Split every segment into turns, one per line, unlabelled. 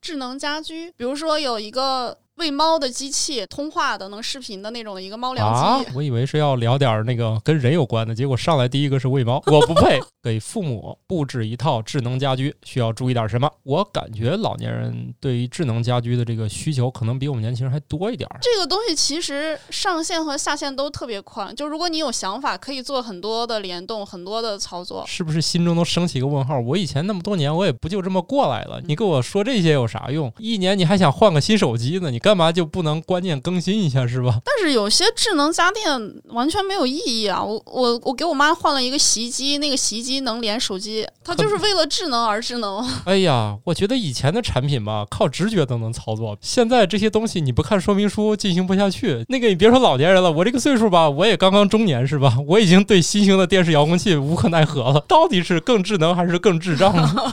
智能家居，比如说有一个喂猫的机器，通话的能视频的那种的一个猫
啊
粮机。，
我以为是要聊点儿那个跟人有关的，结果上来第一个是喂猫，我不配。给父母布置一套智能家居需要注意点什么？我感觉老年人对于智能家居的这个需求可能比我们年轻人还多一点儿。
这个东西其实上线和下线都特别宽，就如果你有想法，可以做很多的联动，很多的操作。
是不是心中都升起一个问号？我以前那么多年，我也不就这么过来了。你跟我说这些有啥用？一年你还想换个新手机呢，你干嘛就不能观念更新一下是吧？
但是有些智能家电完全没有意义啊！我我我给我妈换了一个洗衣机，那个洗衣机能连手机，它就是为了智能而智能。
哎呀，我觉得以前的产品吧，靠直觉都能操作，现在这些东西你不看说明书进行不下去。那个你别说老年人了，我这个岁数吧，我也刚刚中年是吧？我已经对新型的电视遥控器无可奈何了。到底是更智能还是更智障呢？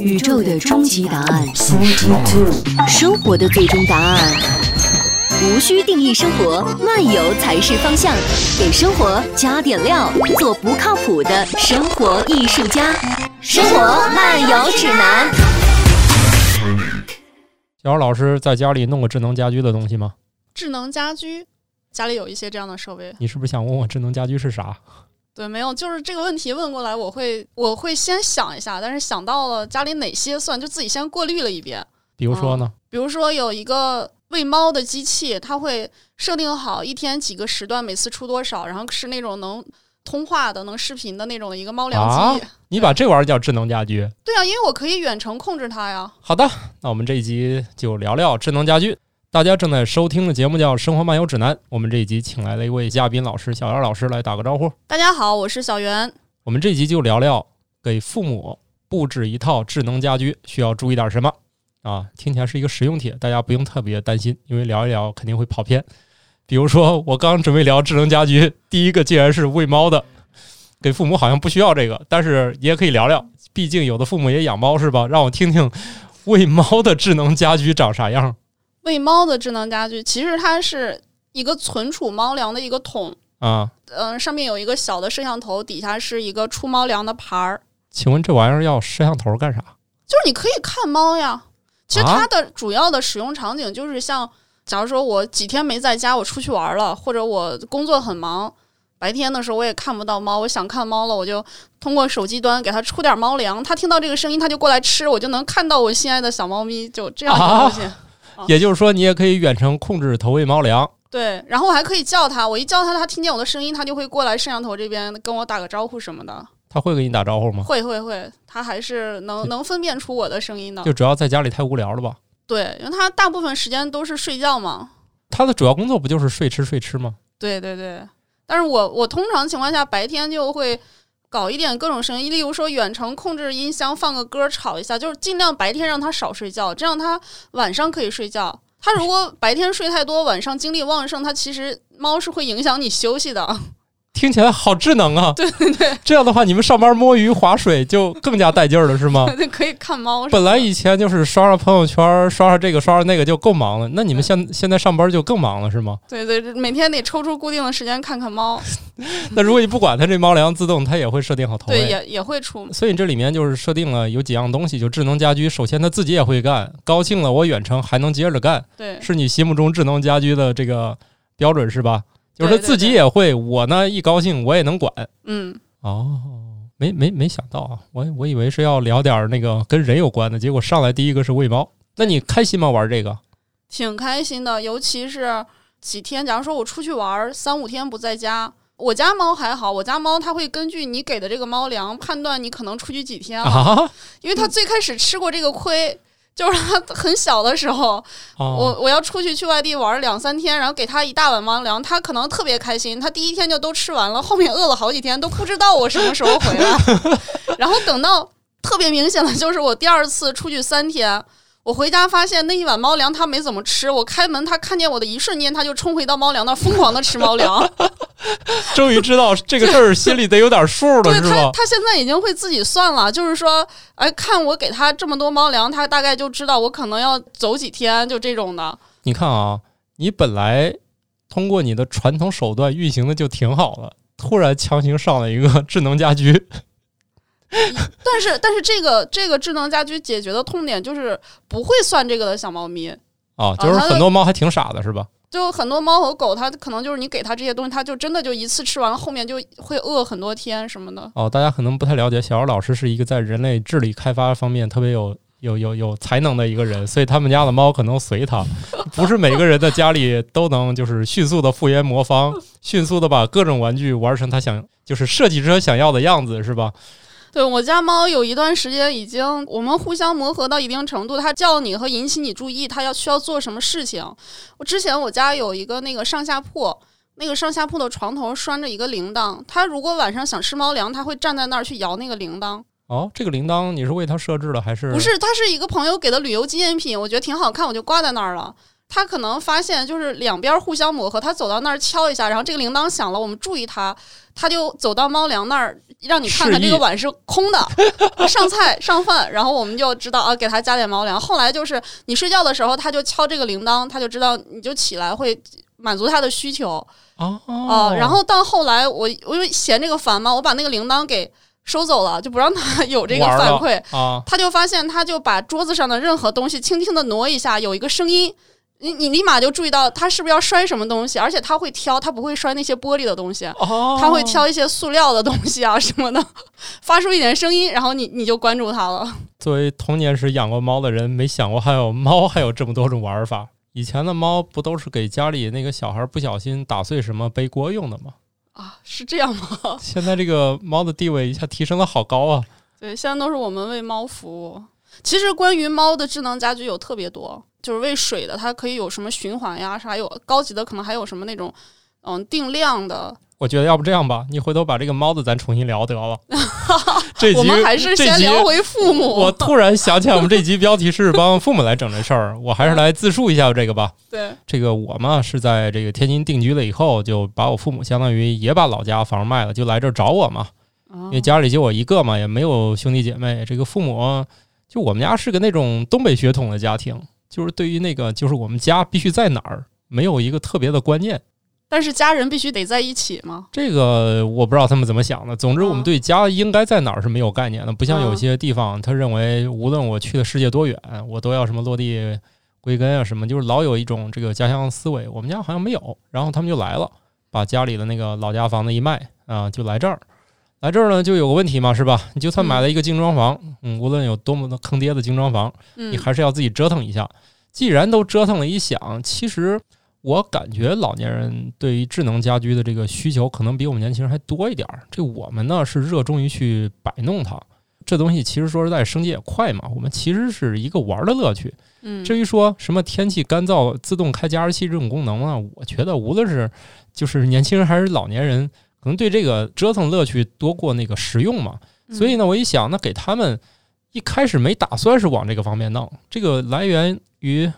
宇宙的终极答案，生活的最终答案。无需定义生活，漫游才是方向。给生活加点料，做不靠谱的生活艺术家。生活漫游指南。
小姚老师在家里弄个智能家居的东西吗？
智能家居家里有一些这样的设备，
你是不是想问我智能家居是啥？
对，没有，就是这个问题问过来，我会我会先想一下，但是想到了家里哪些算，就自己先过滤了一遍。
比如说呢？
比如说有一个喂猫的机器，它会设定好一天几个时段，每次出多少，然后是那种能通话的、能视频的那种的一个猫粮机。
你把这玩意儿叫智能家居。
对啊，因为我可以远程控制它呀。
好的，那我们这一集就聊聊智能家居。大家正在收听的节目叫《生活漫游指南》，我们这一集请来了一位嘉宾老师小姚老师来打个招呼。
大家好，我是小袁。
我们这一集就聊聊给父母布置一套智能家居需要注意点什么啊？听起来是一个实用帖，大家不用特别担心，因为聊一聊肯定会跑偏。比如说，我刚准备聊智能家居，第一个竟然是喂猫的，给父母好像不需要这个，但是也可以聊聊，毕竟有的父母也养猫是吧？让我听听喂猫的智能家居长啥样
喂猫的智能家居，其实它是一个存储猫粮的一个桶，
啊？
嗯、上面有一个小的摄像头，底下是一个出猫粮的盘儿。
请问这玩意儿要摄像头干啥？
就是你可以看猫呀。其实
啊
它的主要的使用场景就是像，假如说我几天没在家，我出去玩了，或者我工作很忙，白天的时候我也看不到猫，我想看猫了，我就通过手机端给它出点猫粮，它听到这个声音，它就过来吃，我就能看到我心爱的小猫咪，就这样的东西。
也就是说，你也可以远程控制投喂猫粮。
对，然后我还可以叫它，我一叫它，它听见我的声音，它就会过来摄像头这边跟我打个招呼什么的。
它会给你打招呼吗？
会会会，它还是能能分辨出我的声音的
就。主要在家里太无聊了吧？
对，因为它大部分时间都是睡觉嘛，
他的主要工作不就是睡吃睡吃吗？
对对对，但是我我通常情况下白天就会搞一点各种声音，例如说远程控制音箱放个歌吵一下，就是尽量白天让他少睡觉，这样他晚上可以睡觉。他如果白天睡太多，晚上精力旺盛，他其实猫是会影响你休息
哦
的。
听起来好智能 啊！对对对，这样的话，你们上班摸鱼划水就更加带劲儿了，是 吗？
可以看猫。
本来以前就是刷刷朋友圈，刷刷这个，刷刷那个就够忙了。那你们现现在上班就更忙了，是吗？
对对，每天得抽出固定的时间看看猫。
那如果你不管它，这猫粮自动它也会设定好
嗯
投
对，
喂。
也也会出。
所以这里面就是设定了有几样东西，就智能家居，首先它自己也会干，高兴了我远程还能接着干，
对
是你心目中智能家居的这个标准是吧？就是
对
它
对
自己
对
也会，我呢一高兴我也能管。
嗯，
哦，没没没想到啊，我我以为是要聊点儿那个跟人有关的，结果上来第一个是喂猫。那你开心吗？玩这个？
挺开心的，尤其是几天，假如说我出去玩儿三五天不在家，我家猫还好，我家猫它会根据你给的这个猫粮判断你可能出去几天了，
啊
因为它最开始吃过这个亏。就是它很小的时候，
哦，
我我要出去去外地玩儿两三天，然后给它一大碗猫粮，它可能特别开心，它第一天就都吃完了，后面饿了好几天都不知道我什么时候回来，然后等到特别明显的就是我第二次出去三天，我回家发现那一碗猫粮它没怎么吃，我开门它看见我的一瞬间，它就冲回到猫粮那儿疯狂的吃猫粮。
终于知道这个事儿，心里得有点数了，
对
是
它
吧？
它现在已经会自己算了，就是说，哎，看我给它这么多猫粮，它大概就知道我可能要走几天，就这种的。
你看啊，你本来通过你的传统手段运行的就挺好了，突然强行上了一个智能家居，
但是但是这个这个智能家居解决的痛点就是不会算这个的小猫咪，哦
啊，就是很多猫还挺傻的，是吧？
就很多猫和狗它可能就是你给它这些东西，它就真的就一次吃完了，后面就会饿很多天什么的。
哦，大家可能不太了解，小姚老师是一个在人类智力开发方面特别有有有有才能的一个人，所以他们家的猫可能随他，不是每个人的家里都能就是迅速的复原魔方，迅速的把各种玩具玩成他想就是设计者想要的样子，是吧？
对我家猫有一段时间已经，我们互相磨合到一定程度，它叫你和引起你注意，它要需要做什么事情。我之前我家有一个那个上下铺，那个上下铺的床头拴着一个铃铛，它如果晚上想吃猫粮，它会站在那儿去摇那个铃铛。
哦，这个铃铛你是为它设置的还是？
不是，它是一个朋友给的旅游纪念品，我觉得挺好看，我就挂在那儿了。它可能发现就是两边互相磨合，它走到那儿敲一下，然后这个铃铛响了，我们注意它，它就走到猫粮那儿，让你看看
示
这
意
个碗是空 的，上菜上饭，然后我们就知道啊，给它加点猫粮。后来就是你睡觉的时候，它就敲这个铃铛，它就知道你就起来会满足它的需求。
哦、
啊、然后到后来我我因为嫌这个烦嘛，我把那个铃铛给收走了，就不让它有这个
玩
反
了
馈。
啊，
他就发现，他就把桌子上的任何东西轻轻的挪一下，有一个声音，你你立马就注意到他是不是要摔什么东西，而且他会挑，他不会摔那些玻璃的东西，
哦，
他会挑一些塑料的东西啊什 么的，发出一点声音，然后你你就关注他了。
作为童年时养过猫的人，没想过还有猫还有这么多种玩法。以前的猫不都是给家里那个小孩不小心打碎什么背锅用的吗？
啊，是这样吗？
现在这个猫的地位一下提升的好高啊！
对，现在都是我们为猫服务。其实关于猫的智能家居有特别多，就是为水的，它可以有什么循环呀，啥有高级的可能还有什么那种，嗯，定量的。
我觉得要不这样吧，你回头把这个猫的咱重新聊 得了。这集
我们还是
这
先
集
聊回父母。
我突然想起来，我们这集标题是帮父母来整这事儿，我还是来自述一下这个吧。
对，
这个我嘛是在这个天津定居了以后，就把我父母相当于也把老家房卖了，就来这儿找我嘛。
哦
因为家里就我一个嘛，也没有兄弟姐妹。这个父母就我们家是个那种东北血统的家庭，就是对于那个就是我们家必须在哪儿，没有一个特别的观念。
但是家人必须得在一起吗？
这个我不知道他们怎么想的。总之，
嗯
我们对家应该在哪儿是没有概念的，不像
嗯
有些地方，他认为无论我去的世界多远，我都要什么落地归根啊什么，就是老有一种这个家乡思维。我们家好像没有，然后他们就来了，把家里的那个老家房子一卖啊、就来这儿。来这儿呢，就有个问题嘛，是吧？你就算买了一个精装房，嗯，无论有多么的坑爹的精装房，
嗯
你，还是要自己折腾一下。既然都折腾了一想，其实我感觉老年人对于智能家居的这个需求，可能比我们年轻人还多一点儿。这我们呢是热衷于去摆弄它，这东西其实说实在，升级也快嘛。我们其实是一个玩儿的乐趣。
嗯，
至于说什么天气干燥、自动开加湿器这种功能呢，我觉得无论是就是年轻人还是老年人，可能对这个折腾乐趣多过那个实用嘛。
嗯
所以呢，我一想，那给他们一开始没打算是往这个方面弄，这个来源于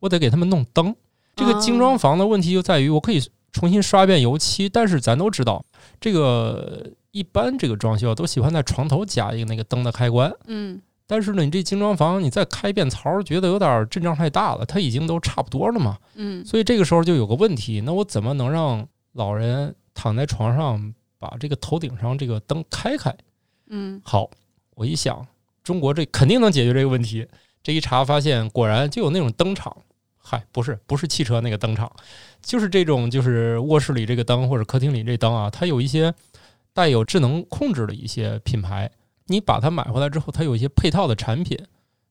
我得给他们弄灯。这个精
哦
装房的问题就在于，我可以重新刷一遍油漆，但是咱都知道，这个一般这个装修都喜欢在床头加一个那个灯的开关。
嗯，
但是呢，你这精装房你再开一遍槽，觉得有点阵仗太大了，它已经都差不多了嘛。
嗯
所以这个时候就有个问题，那我怎么能让老人躺在床上把这个头顶上这个灯开开？
嗯
好，我一想，中国这肯定能解决这个问题。这一查发现，果然就有那种灯厂，嗨，不是不是汽车那个灯厂，就是这种就是卧室里这个灯或者客厅里这灯啊，它有一些带有智能控制的一些品牌，你把它买回来之后，它有一些配套的产品，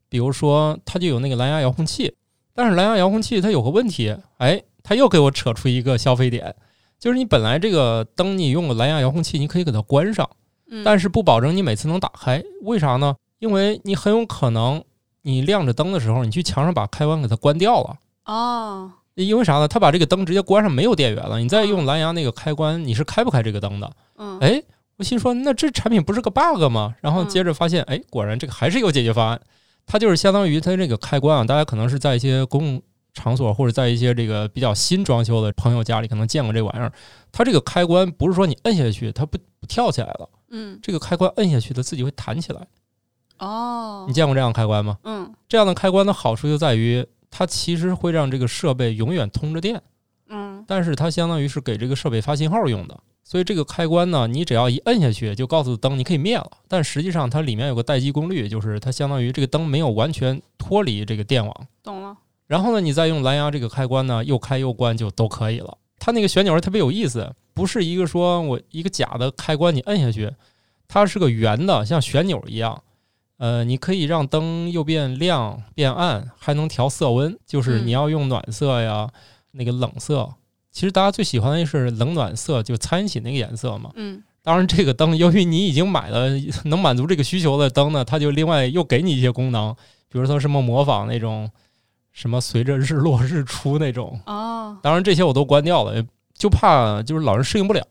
比如说它就有那个蓝牙遥控器，但是蓝牙遥控器它有个问题，哎，它又给我扯出一个消费点，就是你本来这个灯你用个蓝牙遥控器，你可以给它关上。
嗯，
但是不保证你每次能打开，为啥呢？因为你很有可能你亮着灯的时候，你去墙上把开关给它关掉了。
哦，
因为啥呢？它把这个灯直接关上，没有电源了。你再用蓝牙那个开关，你是开不开这个灯的。
嗯，
哎，我心说，那这产品不是个 bug 吗？然后接着发现，哎，果然这个还是有解决方案。它就是相当于它这个开关啊，大家可能是在一些公共场所或者在一些这个比较新装修的朋友家里，可能见过这玩意儿。它这个开关不是说你摁下去，它不不跳起来了。
嗯，
这个开关摁下去，它自己会弹起来。
哦
你，见过这样的开关吗？
嗯
这样的开关的好处就在于，它其实会让这个设备永远通着电，
嗯
但是它相当于是给这个设备发信号用的。所以这个开关呢，你只要一摁下去，就告诉灯你可以灭了。但实际上它里面有个待机功率，就是它相当于这个灯没有完全脱离这个电网。
懂了，
然后呢，你再用蓝牙这个开关呢，又开又关就都可以了。它那个旋钮特别有意思，不是一个说我一个假的开关你摁下去，它是个圆的，像旋钮一样。呃，你可以让灯又变亮变暗，还能调色温，就是
嗯
你要用暖色呀，那个冷色。其实大家最喜欢的是冷暖色，就参一起那个颜色嘛。
嗯，
当然，这个灯由于你已经买了 能满足这个需求的灯呢，它就另外又给你一些功能，比如说什么模仿那种什么随着日落日出那种。
哦，
当然，这些我都关掉了，就怕就是老人适应不了。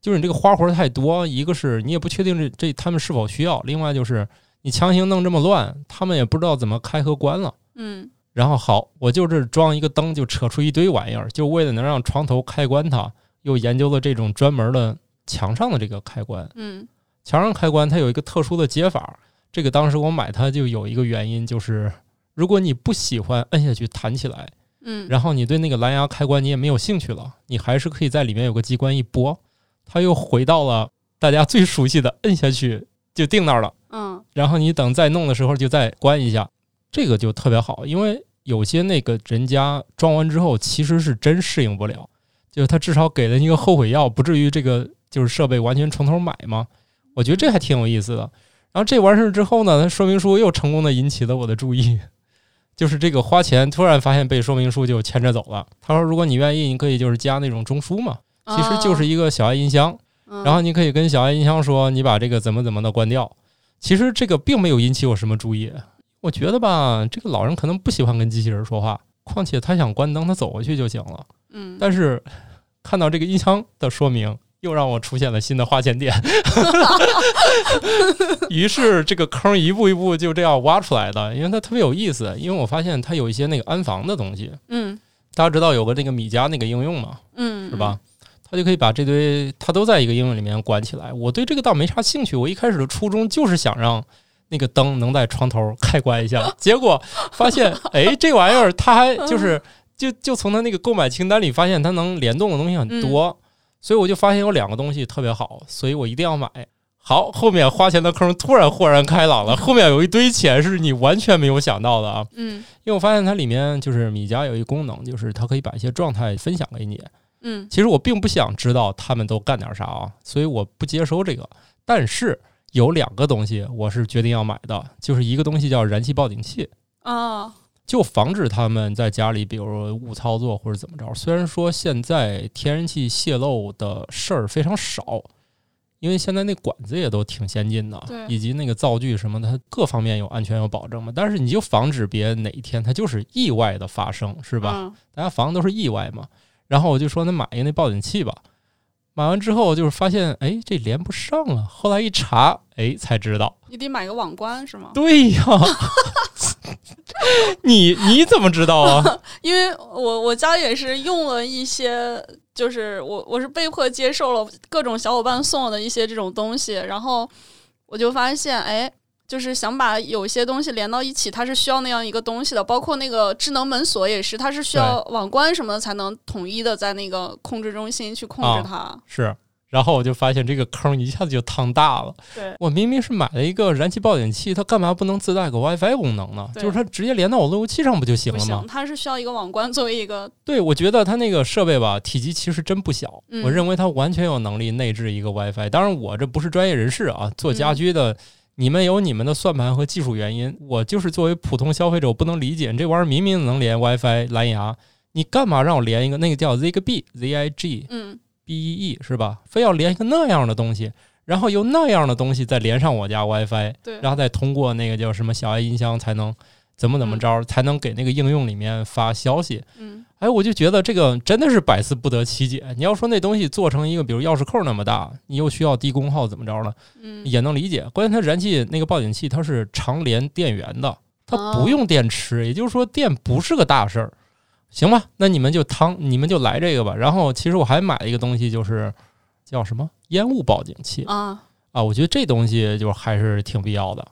就是你这个花活太多，一个是你也不确定这这他们是否需要，另外就是你强行弄这么乱，他们也不知道怎么开和关了。
嗯，
然后好，我就这装一个灯就扯出一堆玩意儿，就为了能让床头开关它，又研究了这种专门的墙上的这个开关。
嗯，
墙上开关它有一个特殊的接法，这个当时我买它就有一个原因，就是如果你不喜欢摁下去弹起来，
嗯，
然后你对那个蓝牙开关你也没有兴趣了，你还是可以在里面有个机关一拨，它又回到了大家最熟悉的摁下去就定那儿了。
嗯，
然后你等再弄的时候就再关一下，这个就特别好，因为有些那个人家装完之后其实是真适应不了，就是他至少给了一个后悔药，不至于这个就是设备完全从头买嘛。我觉得这还挺有意思的。然后这完事儿之后呢，它说明书又成功的引起了我的注意， 就是这个花钱突然发现被说明书就牵着走了。他说，如果你愿意，你可以就是加那种中枢嘛，其实就是一个小爱音箱，
哦，
然后你可以跟小爱音箱说，你把这个怎么怎么的关掉。其实这个并没有引起我什么注意，我觉得吧，这个老人可能不喜欢跟机器人说话，况且他想关灯，他走过去就行了。
嗯，嗯，
但是看到这个音箱的说明，又让我出现了新的花钱点，于是这个坑一步一步就这样挖出来的，因为它特别有意思，因为我发现它有一些那个安防的东西，
嗯，
大家知道有个那个米家那个应用嘛，
嗯，
是吧？他就可以把这堆，他都在一个应用里面关起来。我对这个倒没啥兴趣，我一开始的初衷就是想让那个灯能在床头开关一下，结果发现，哎，这玩意儿它还就是就就从他那个购买清单里发现它能联动的东西很多，所以我就发现有两个东西特别好，所以我一定要买。好，后面花钱的坑突然豁然开朗了，后面有一堆钱是你完全没有想到的啊！
嗯？
因为我发现它里面就是米家有一功能，就是它可以把一些状态分享给你。
嗯，
其实我并不想知道他们都干点啥啊，所以我不接收这个。但是有两个东西我是决定要买的，就是一个东西叫燃气报警器，
嗯，哦，
就防止他们在家里比如误操作或者怎么着。虽然说现在天然气泄漏的事儿非常少，因为现在那管子也都挺先进的
对，
以及那个灶具什么的，它各方面有安全有保证嘛。但是你就防止别哪一天它就是意外的发生，是
是
吧？？大家防的都是意外嘛。然后我就说那买一个那报警器吧。买完之后就是发现，哎，这连不上啊。后来一查，哎，才知道，
你得买个网关是吗？
对呀，你你怎么知道啊？
因为我我家也是用了一些，就是我我是被迫接受了各种小伙伴送我的一些这种东西，然后我就发现，哎，就是想把有些东西连到一起，它是需要那样一个东西的，包括那个智能门锁也是，它是需要网关什么的才能统一的在那个控制中心去控
哦
制它。
是，然后我就发现这个坑一下子就烫大了。
对，
我明明是买了一个燃气报警器，它干嘛不能自带个 WiFi 功能呢？
对
就是它直接连到我路由器上不就行
不
了吗
行，？它是需要一个网关作为一个，
对，我觉得它那个设备吧，体积其实真不小，
嗯
我认为它完全有能力内置一个 WiFi。当然，我这不是专业人士啊，做家居的，你们有你们的算盘和技术原因，我就是作为普通消费者，我不能理解你这玩意儿明明能连 WiFi 蓝牙，你干嘛让我连一个那个叫 Zigbee Z I G
嗯
B E E 是吧？非要连一个那样的东西，然后由那样的东西再连上我家 WiFi，
对，
然后再通过那个叫什么小爱音箱才能怎么怎么着，才能给那个应用里面发消息。
嗯
哎，我就觉得这个真的是百思不得其解。你要说那东西做成一个，比如钥匙扣那么大，你又需要低功耗，怎么着了，
嗯
也能理解。关键它燃气那个报警器，它是常连电源的，它不用电池，也就是说电不是个大事儿，行吧？那你们就趟，你们就来这个吧。然后其实我还买了一个东西，就是叫什么烟雾报警器
啊，
啊，我觉得这东西就是还是挺必要的，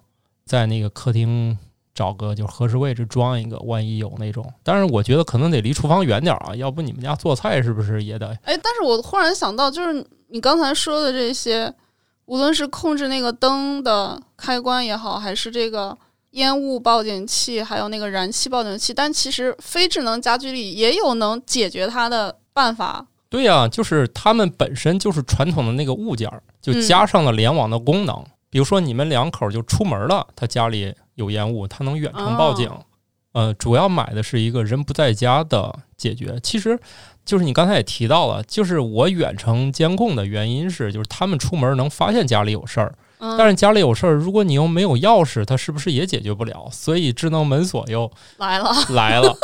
在那个客厅找个就是合适位置装一个，万一有那种。但是我觉得可能得离厨房远点儿啊，要不你们家做菜是不是也得
哎，但是我忽然想到，就是你刚才说的这些，无论是控制那个灯的开关也好，还是这个烟雾报警器，还有那个燃气报警器，但其实非智能家居里也有能解决它的办法。
对呀、就是他们本身就是传统的那个物件儿，就
嗯
加上了联网的功能。比如说你们两口就出门了，他家里有烟雾，他能远程报警。呃，主要买的是一个人不在家的解决。其实，就是你刚才也提到了，就是我远程监控的原因是，就是他们出门能发现家里有事儿，
嗯，
但是家里有事儿，如果你又没有钥匙，它是不是也解决不了？所以智能门锁又
来了，
来了。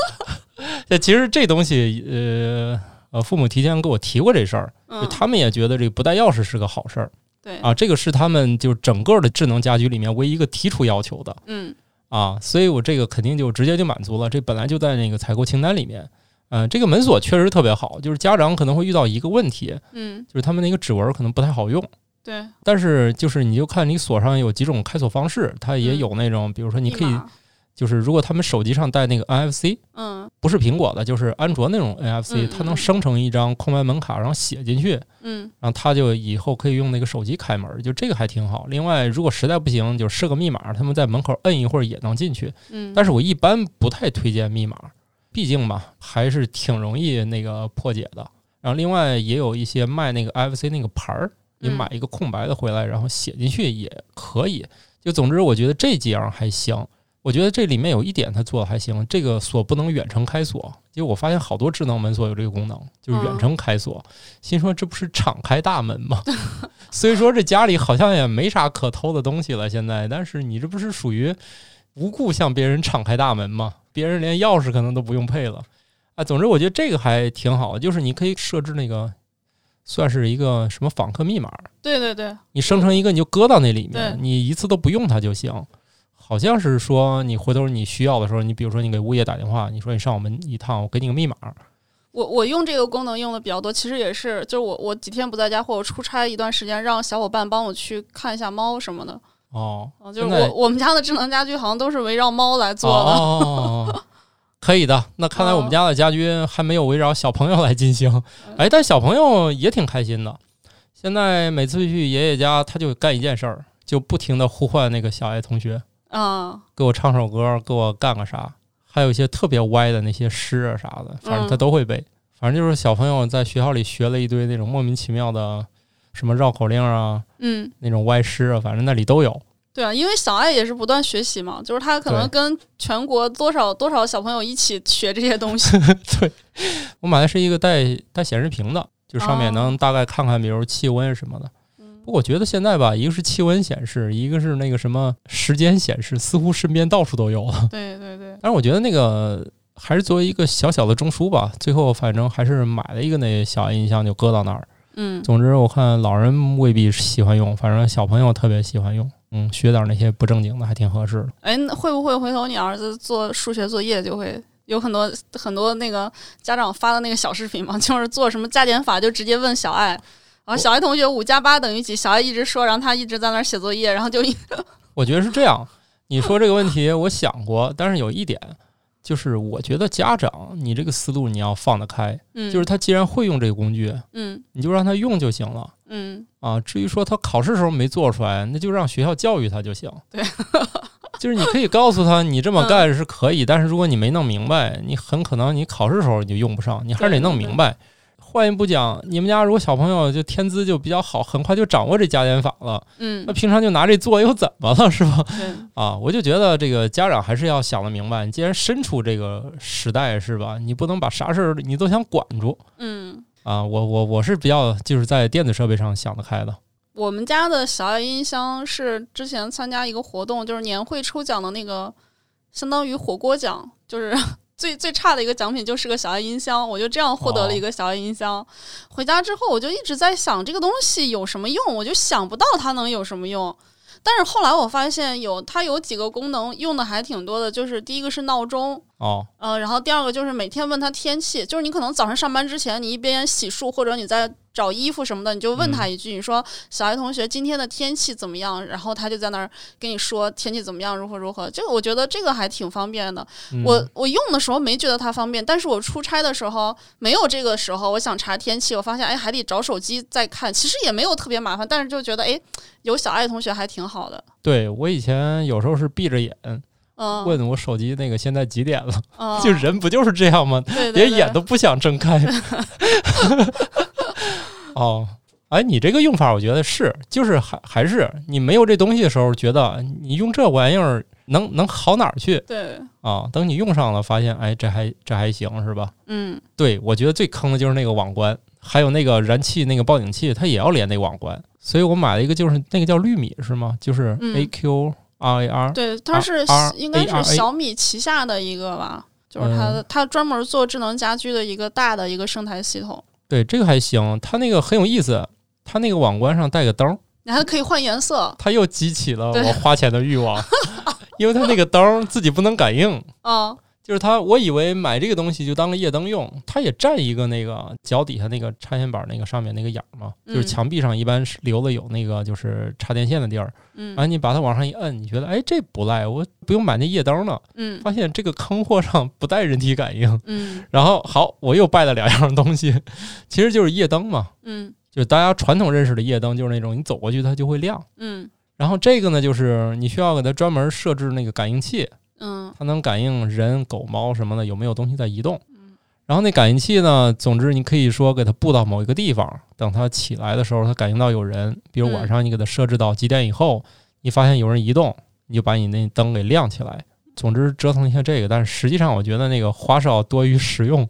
这其实这东西，呃呃，父母提前给我提过这事儿，就
嗯，
他们也觉得这个不带钥匙是个好事儿
对，
啊，这个是他们就整个的智能家居里面唯一一个提出要求的
嗯
啊，所以我这个肯定就直接就满足了，这本来就在那个采购清单里面。嗯、这个门锁确实特别好，就是家长可能会遇到一个问题，
嗯，
就是他们那个指纹可能不太好用。
对，
但是就是你就看你锁上有几种开锁方式，它也
嗯
有那种，比如说你
密
可以
码，
就是如果他们手机上带那个 NFC，
嗯
不是苹果的，就是安卓那种 NFC，、
嗯
它能生成一张空白门卡，然后写进去，
嗯
然后它就以后可以用那个手机开门，就这个还挺好。另外，如果实在不行，就设个密码，他们在门口摁一会儿也能进去。
嗯，
但是我一般不太推荐密码，毕竟嘛，还是挺容易那个破解的。然后另外也有一些卖那个 FC 那个牌儿，你
嗯
买一个空白的回来，然后写进去也可以。就总之，我觉得这几样还行。我觉得这里面有一点它做的还行，这个锁不能远程开锁，因为我发现好多智能门锁有这个功能，就是远
嗯
程开锁。心说这不是敞开大门吗？ 所以说这家里好像也没啥可偷的东西了，现在。但是你这不是属于无故向别人敞开大门吗？别人连钥匙可能都不用配了啊。总之，我觉得这个还挺好，就是你可以设置那个算是一个什么访客密码，
对对对，
你生成一个你就搁到那里面
对，
你一次都不用它就行。好像是说你回头你需要的时候，你比如说你给物业打电话，你说你上我们一趟，我给你个密码，
我我用这个功能用的比较多，其实也是，就是我我几天不在家或者出差一段时间，让小伙伴帮我去看一下猫什么的。
哦
嗯，就是
现在
我我们家的智能家居好像都是围绕猫来做嗯的。
哦哦哦哦可以的，那看来我们家的家居还没有围绕小朋友来进行，
嗯
哎，但小朋友也挺开心的。现在每次去爷爷家，他就干一件事儿，就不停的呼唤那个小爱同学，
嗯
给我唱首歌，给我干个啥，还有一些特别歪的那些诗啊啥的，反正他
嗯
都会背。反正就是小朋友在学校里学了一堆那种莫名其妙的什么绕口令啊，
嗯，
那种歪诗啊，反正那里都有。
对啊，因为小爱也是不断学习嘛，就是他可能跟全国多少多少小朋友一起学这些东 西。
我买的是一个带带显示屏的，就上面
哦
能大概看看，比如气温什么的。不过我觉得现在吧，一个是气温显示，一个是那个什么时间显示，似乎身边到处都有了。
对对对，
但是我觉得那个还是作为一个小小的中枢吧，最后反正还是买了一个那小音箱就搁到那儿。
嗯，
总之我看老人未必喜欢用，反正小朋友特别喜欢用。嗯，学点那些不正经的还挺合适的。
哎，那会不会回头你儿子做数学作业就会？有很多很多那个家长发的那个小视频嘛， 就是做什么加减法，就直接问小爱，然后小爱同学五加八等于几？小爱一直说，然后他一直在那儿写作业，然后就一
我觉得是这样。你说这个问题，我想过，但是有一点，就是我觉得家长，你这个思路你要放得开，
嗯，
就是他既然会用这个工具，
嗯
你就让他用就行了
嗯
啊。至于说他考试时候没做出来，那就让学校教育他就行。
对， 嗯
就是你可以告诉他你这么干是可以，但是如果你没弄明白，你很可能你考试时候你就用不上，你还是得弄明白。换一步讲，你们家如果小朋友就天资就比较好，很快就掌握这加减法了，
嗯
那，平常就拿这做又怎么了，是吧？
对，
啊，我就觉得这个家长还是要想得明白，你既然身处这个时代，是吧？你不能把啥事儿你都想管住
嗯。
啊！我我我是比较就是在电子设备上想得开的。
我们家的小爱音箱是之前参加一个活动，就是年会抽奖的那个，相当于火锅奖，就是 最最差的一个奖品就是个小爱音箱，我就这样获得了一个小爱音箱。回家之后，我就一直在想这个东西有什么用，我就想不到它能有什么用。但是后来我发现有它有几个功能用的还挺多的，就是第一个是闹钟，
哦，
呃，然后第二个就是每天问他天气，就是你可能早上上班之前，你一边洗漱或者你在找衣服什么的，你就问
嗯
他一句，你说小爱同学今天的天气怎么样？然后他就在那儿跟你说天气怎么样，如何如何。这个我觉得这个还挺方便的。
嗯
我我用的时候没觉得它方便，但是我出差的时候没有这个时候，我想查天气，我发现哎还得找手机再看，其实也没有特别麻烦，但是就觉得哎有小爱同学还挺好的。
对我以前有时候是闭着眼
嗯，
问我手机那个现在几点了，
嗯
就人不就是这样吗？
对对
连
对
眼都不想睁开。 哦，哎，你这个用法我觉得是，就是还还是你没有这东西的时候，觉得你用这玩意儿能能好哪儿去
对，
啊？等你用上了，发现哎，这还这还行是吧？
嗯
对，我觉得最坑的就是那个网关，还有那个燃气那个报警器，它也要连那个网关，所以我买了一个就是那个叫绿米是吗？就是
嗯
A Q R A R，
对，它是
啊 R-
应该
ARA 嗯
是小米旗下的一个吧。就是它的，它专门做智能家居的一个大的一个生态系统，
对，这个还行，它那个很有意思，它那个网关上带个灯儿，
你还可以换颜色，
它又激起了
对
我花钱的欲望， 因为它那个灯儿自己不能感应，
嗯
就是它，我以为买这个东西就当个夜灯用，它也占一个那个脚底下那个插线板那个上面那个眼儿嘛，就是
嗯
墙壁上一般是留了有那个就是插电线的地儿，
嗯
然后你把它往上一摁，你觉得哎这不赖，我不用买那夜灯了，
嗯
发现这个坑货上不带人体感应，
嗯
然后好我又败了两样东西， 其实就是夜灯嘛，
嗯
就是大家传统认识的夜灯，就是那种你走过去它就会亮。
嗯
然后这个呢，就是你需要给它专门设置那个感应器，
嗯
它能感应人、狗、猫什么的有没有东西在移动。然后那感应器呢，总之你可以说给它布到某一个地方，等它起来的时候，它感应到有人，比如
嗯
晚上你给它设置到几点以后，你发现有人移动，你就把你那灯给亮起来。总之折腾一下这个，但是实际上我觉得那个花哨多于实用。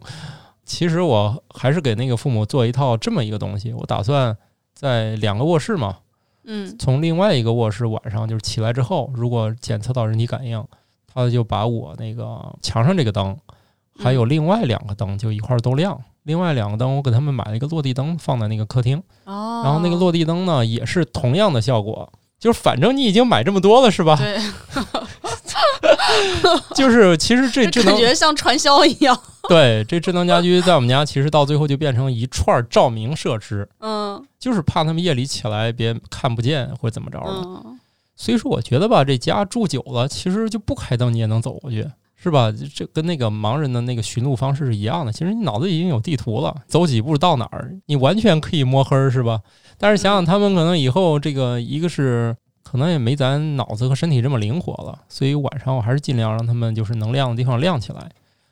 其实我还是给那个父母做一套这么一个东西，我打算在两个卧室嘛，
嗯
从另外一个卧室晚上就是起来之后，如果检测到人体感应，他就把我那个墙上这个灯，还
嗯
有另外两个灯就一块儿都亮。另外两个灯我给他们买了一个落地灯放在那个客厅，
哦，
然后那个落地灯呢也是同样的效果。就是反正你已经买这么多了是吧？
对，
就是其实这智
就
能
感觉像传销一样，
对这智能家居在我们家其实到最后就变成一串儿照明设施，
嗯
就是怕他们夜里起来别看不见或者怎么着的。
嗯。
所以说，我觉得吧，这家住久了，其实就不开灯你也能走过去，是吧？这这跟那个盲人的那个寻路方式是一样的。其实你脑子已经有地图了，走几步到哪儿，你完全可以摸黑儿，是吧？但是想想他们可能以后这个，一个是可能也没咱脑子和身体这么灵活了，所以晚上我还是尽量让他们就是能亮的地方亮起来。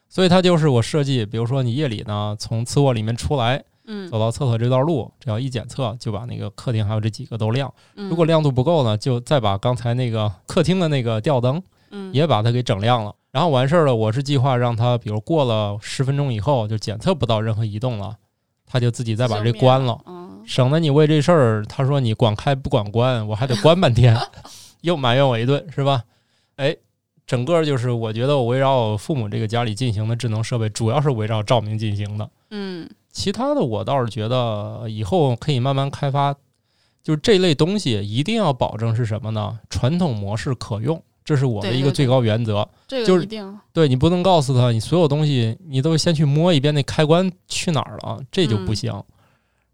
所以它就是我设计，比如说你夜里呢从次卧里面出来，
嗯，
走到厕所这段路，只要一检测就把那个客厅还有这几个都亮。
如
如果亮度不够呢，就再把刚才那个客厅的那个吊灯
嗯
也把它给整亮了。然后完事儿了，我是计划让它，比如过了十分钟以后，就检测不到任何移动了，它就自己再把这关了，，
嗯
省得你为这事儿，他说你管开不管关，我还得关 半天，又埋怨我一顿，是吧？哎，整个就是我觉得我围绕我父母这个家里进行的智能设备，主要是围绕照明进行的。
嗯
其他的我倒是觉得以后可以慢慢开发，就是这类东西一定要保证是什么呢？传统模式可用，这是我的
对
一个
对
最高原则。
这
就
个
是
一定，
对你不能告诉他你所有东西你都先去摸一遍那开关去哪儿了，这就不行。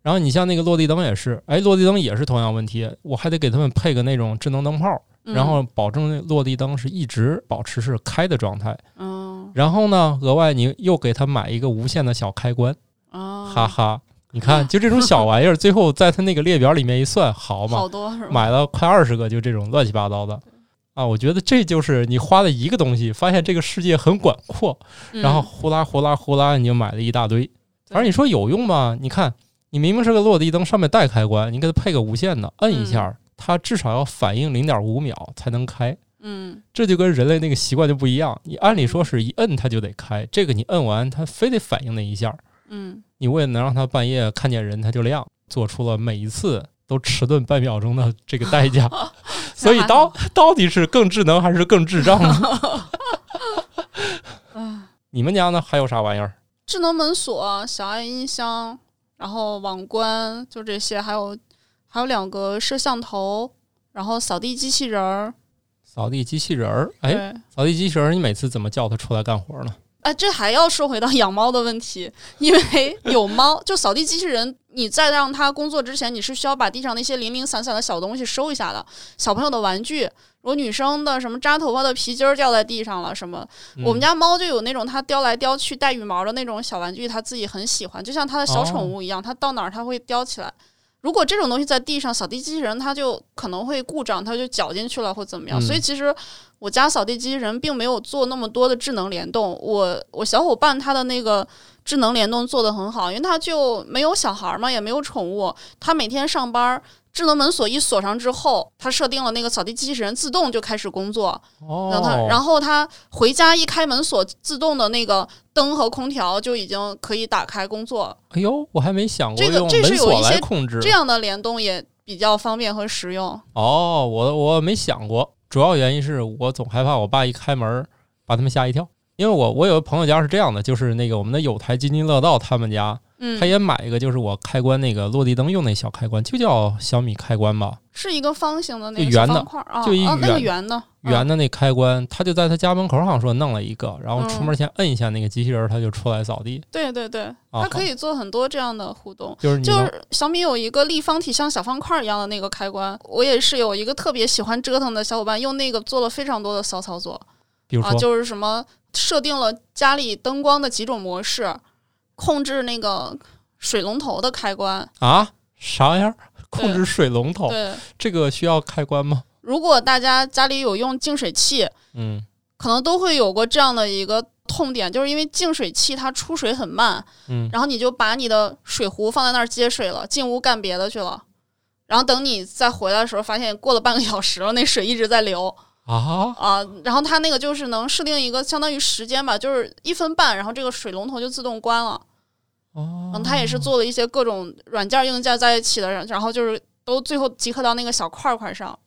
然后你像那个落地灯也是，哎，落地灯也是同样问题，我还得给他们配个那种智能灯泡，
嗯
然后保证那落地灯是一直保持是开的状态。
嗯
然后呢，额外你又给他买一个无线的小开关。
啊，
哈哈，你
嗯
看，就这种小玩意儿，最后在他那个列表里面一算，好嘛
好，多是吧？
买了快二十个，就这种乱七八糟的啊！我觉得这就是你花了一个东西，发现这个世界很广阔，
嗯
然后呼啦呼啦呼啦，你就买了一大堆。
对
反正你说有用吗？你看，你明明是个落地灯，上面带开关，你给它配个无线的，摁一下，它至少要反应零点五秒才能开。
嗯
这就跟人类那个习惯就不一样，你按理说是一摁它就得开，这个你摁完它非得反应那一下，
嗯
你为了能让它半夜看见人，它就亮，做出了每一次都迟钝半秒钟的这个 代价。
嗯
所以到到底是更智能还是更智障呢？
啊，
你们家呢？还有啥玩意儿？
智能门锁、小爱音箱，然后网关，就这些，还有还有两个摄像头，然后扫地机器人儿，
扫地机器人儿，哎，
对
扫地机器人儿，你每次怎么叫它出来干活呢？
啊，这还要说回到养猫的问题，因为有猫，就扫地机器人，你在让它工作之前，你是需要把地上那些零零散散的小东西收一下的。小朋友的玩具，如果女生的什么扎头发的皮筋儿掉在地上了，什么，我们
家
家猫就有那种它叼来叼去带羽毛的那种小玩具，它自己很喜欢，就像它的小宠物一样，它到哪儿它会叼起来。如果这种东西在地上，扫地机器人它就可能会故障，它就绞进去了或怎么样。
嗯
所以其实我家扫地机器人并没有做那么多的智能联动，我我小伙伴他的那个智能联动做得很好，因为他就没有小孩儿嘛，也没有宠物，他每天上班儿。智能门锁一锁上之后，他设定了那个扫地机器人自动就开始工作，让他，
哦，
然后他回家一开门锁，自动的那个灯和空调就已经可以打开工作了。
哎呦，我还没想过
这个
用
这是
门
有一
锁
些
来控制
这样的联动也比较方便和实用。
哦，我我没想过，主要原因是我总害怕我爸一开门儿把他们吓一跳，因为我我有个朋友家是这样的，就是那个我们的友台津津乐道他们家，
嗯
他，也买一个，就是我开关那个落地灯用那小开关，就叫小米开关吧，
是一个方形的那
就
个
圆
小
的
方块儿啊，
就一
啊那个
圆
圆的
圆
的。
的那开关，他就在他家门口好像说弄了一个，然后出
嗯
门前摁一下那个机器人儿，他就出来扫地，
对对对，
啊
它可以做很多这样的互动。
就是你
就
能
是小米有一个立方体，像小方块儿一样的那个开关，我也是有一个特别喜欢折腾的小伙伴，用那个做了非常多的骚操作。
比如
啊，
说
就是什么设定了家里灯光的几种模式，控制那个水龙头的开关。
啊啥玩意儿控制水龙头，
对，
这个需要开关吗？
如果大家家里有用净水器，
嗯，
可能都会有过这样的一个痛点，就是因为净水器它出水很慢，
嗯
然后你就把你的水壶放在那儿接水了，进屋干别的去了。然后等你再回来的时候，发现过了半个小时了，那水一直在流
啊，
啊、然后它那个就是能设定一个相当于时间吧，就是一分半，然后这个水龙头就自动关了。
哦
嗯，它也是做了一些各种软件儿硬件儿在一起的，然然后就是都最后集合到那个小块儿块儿上，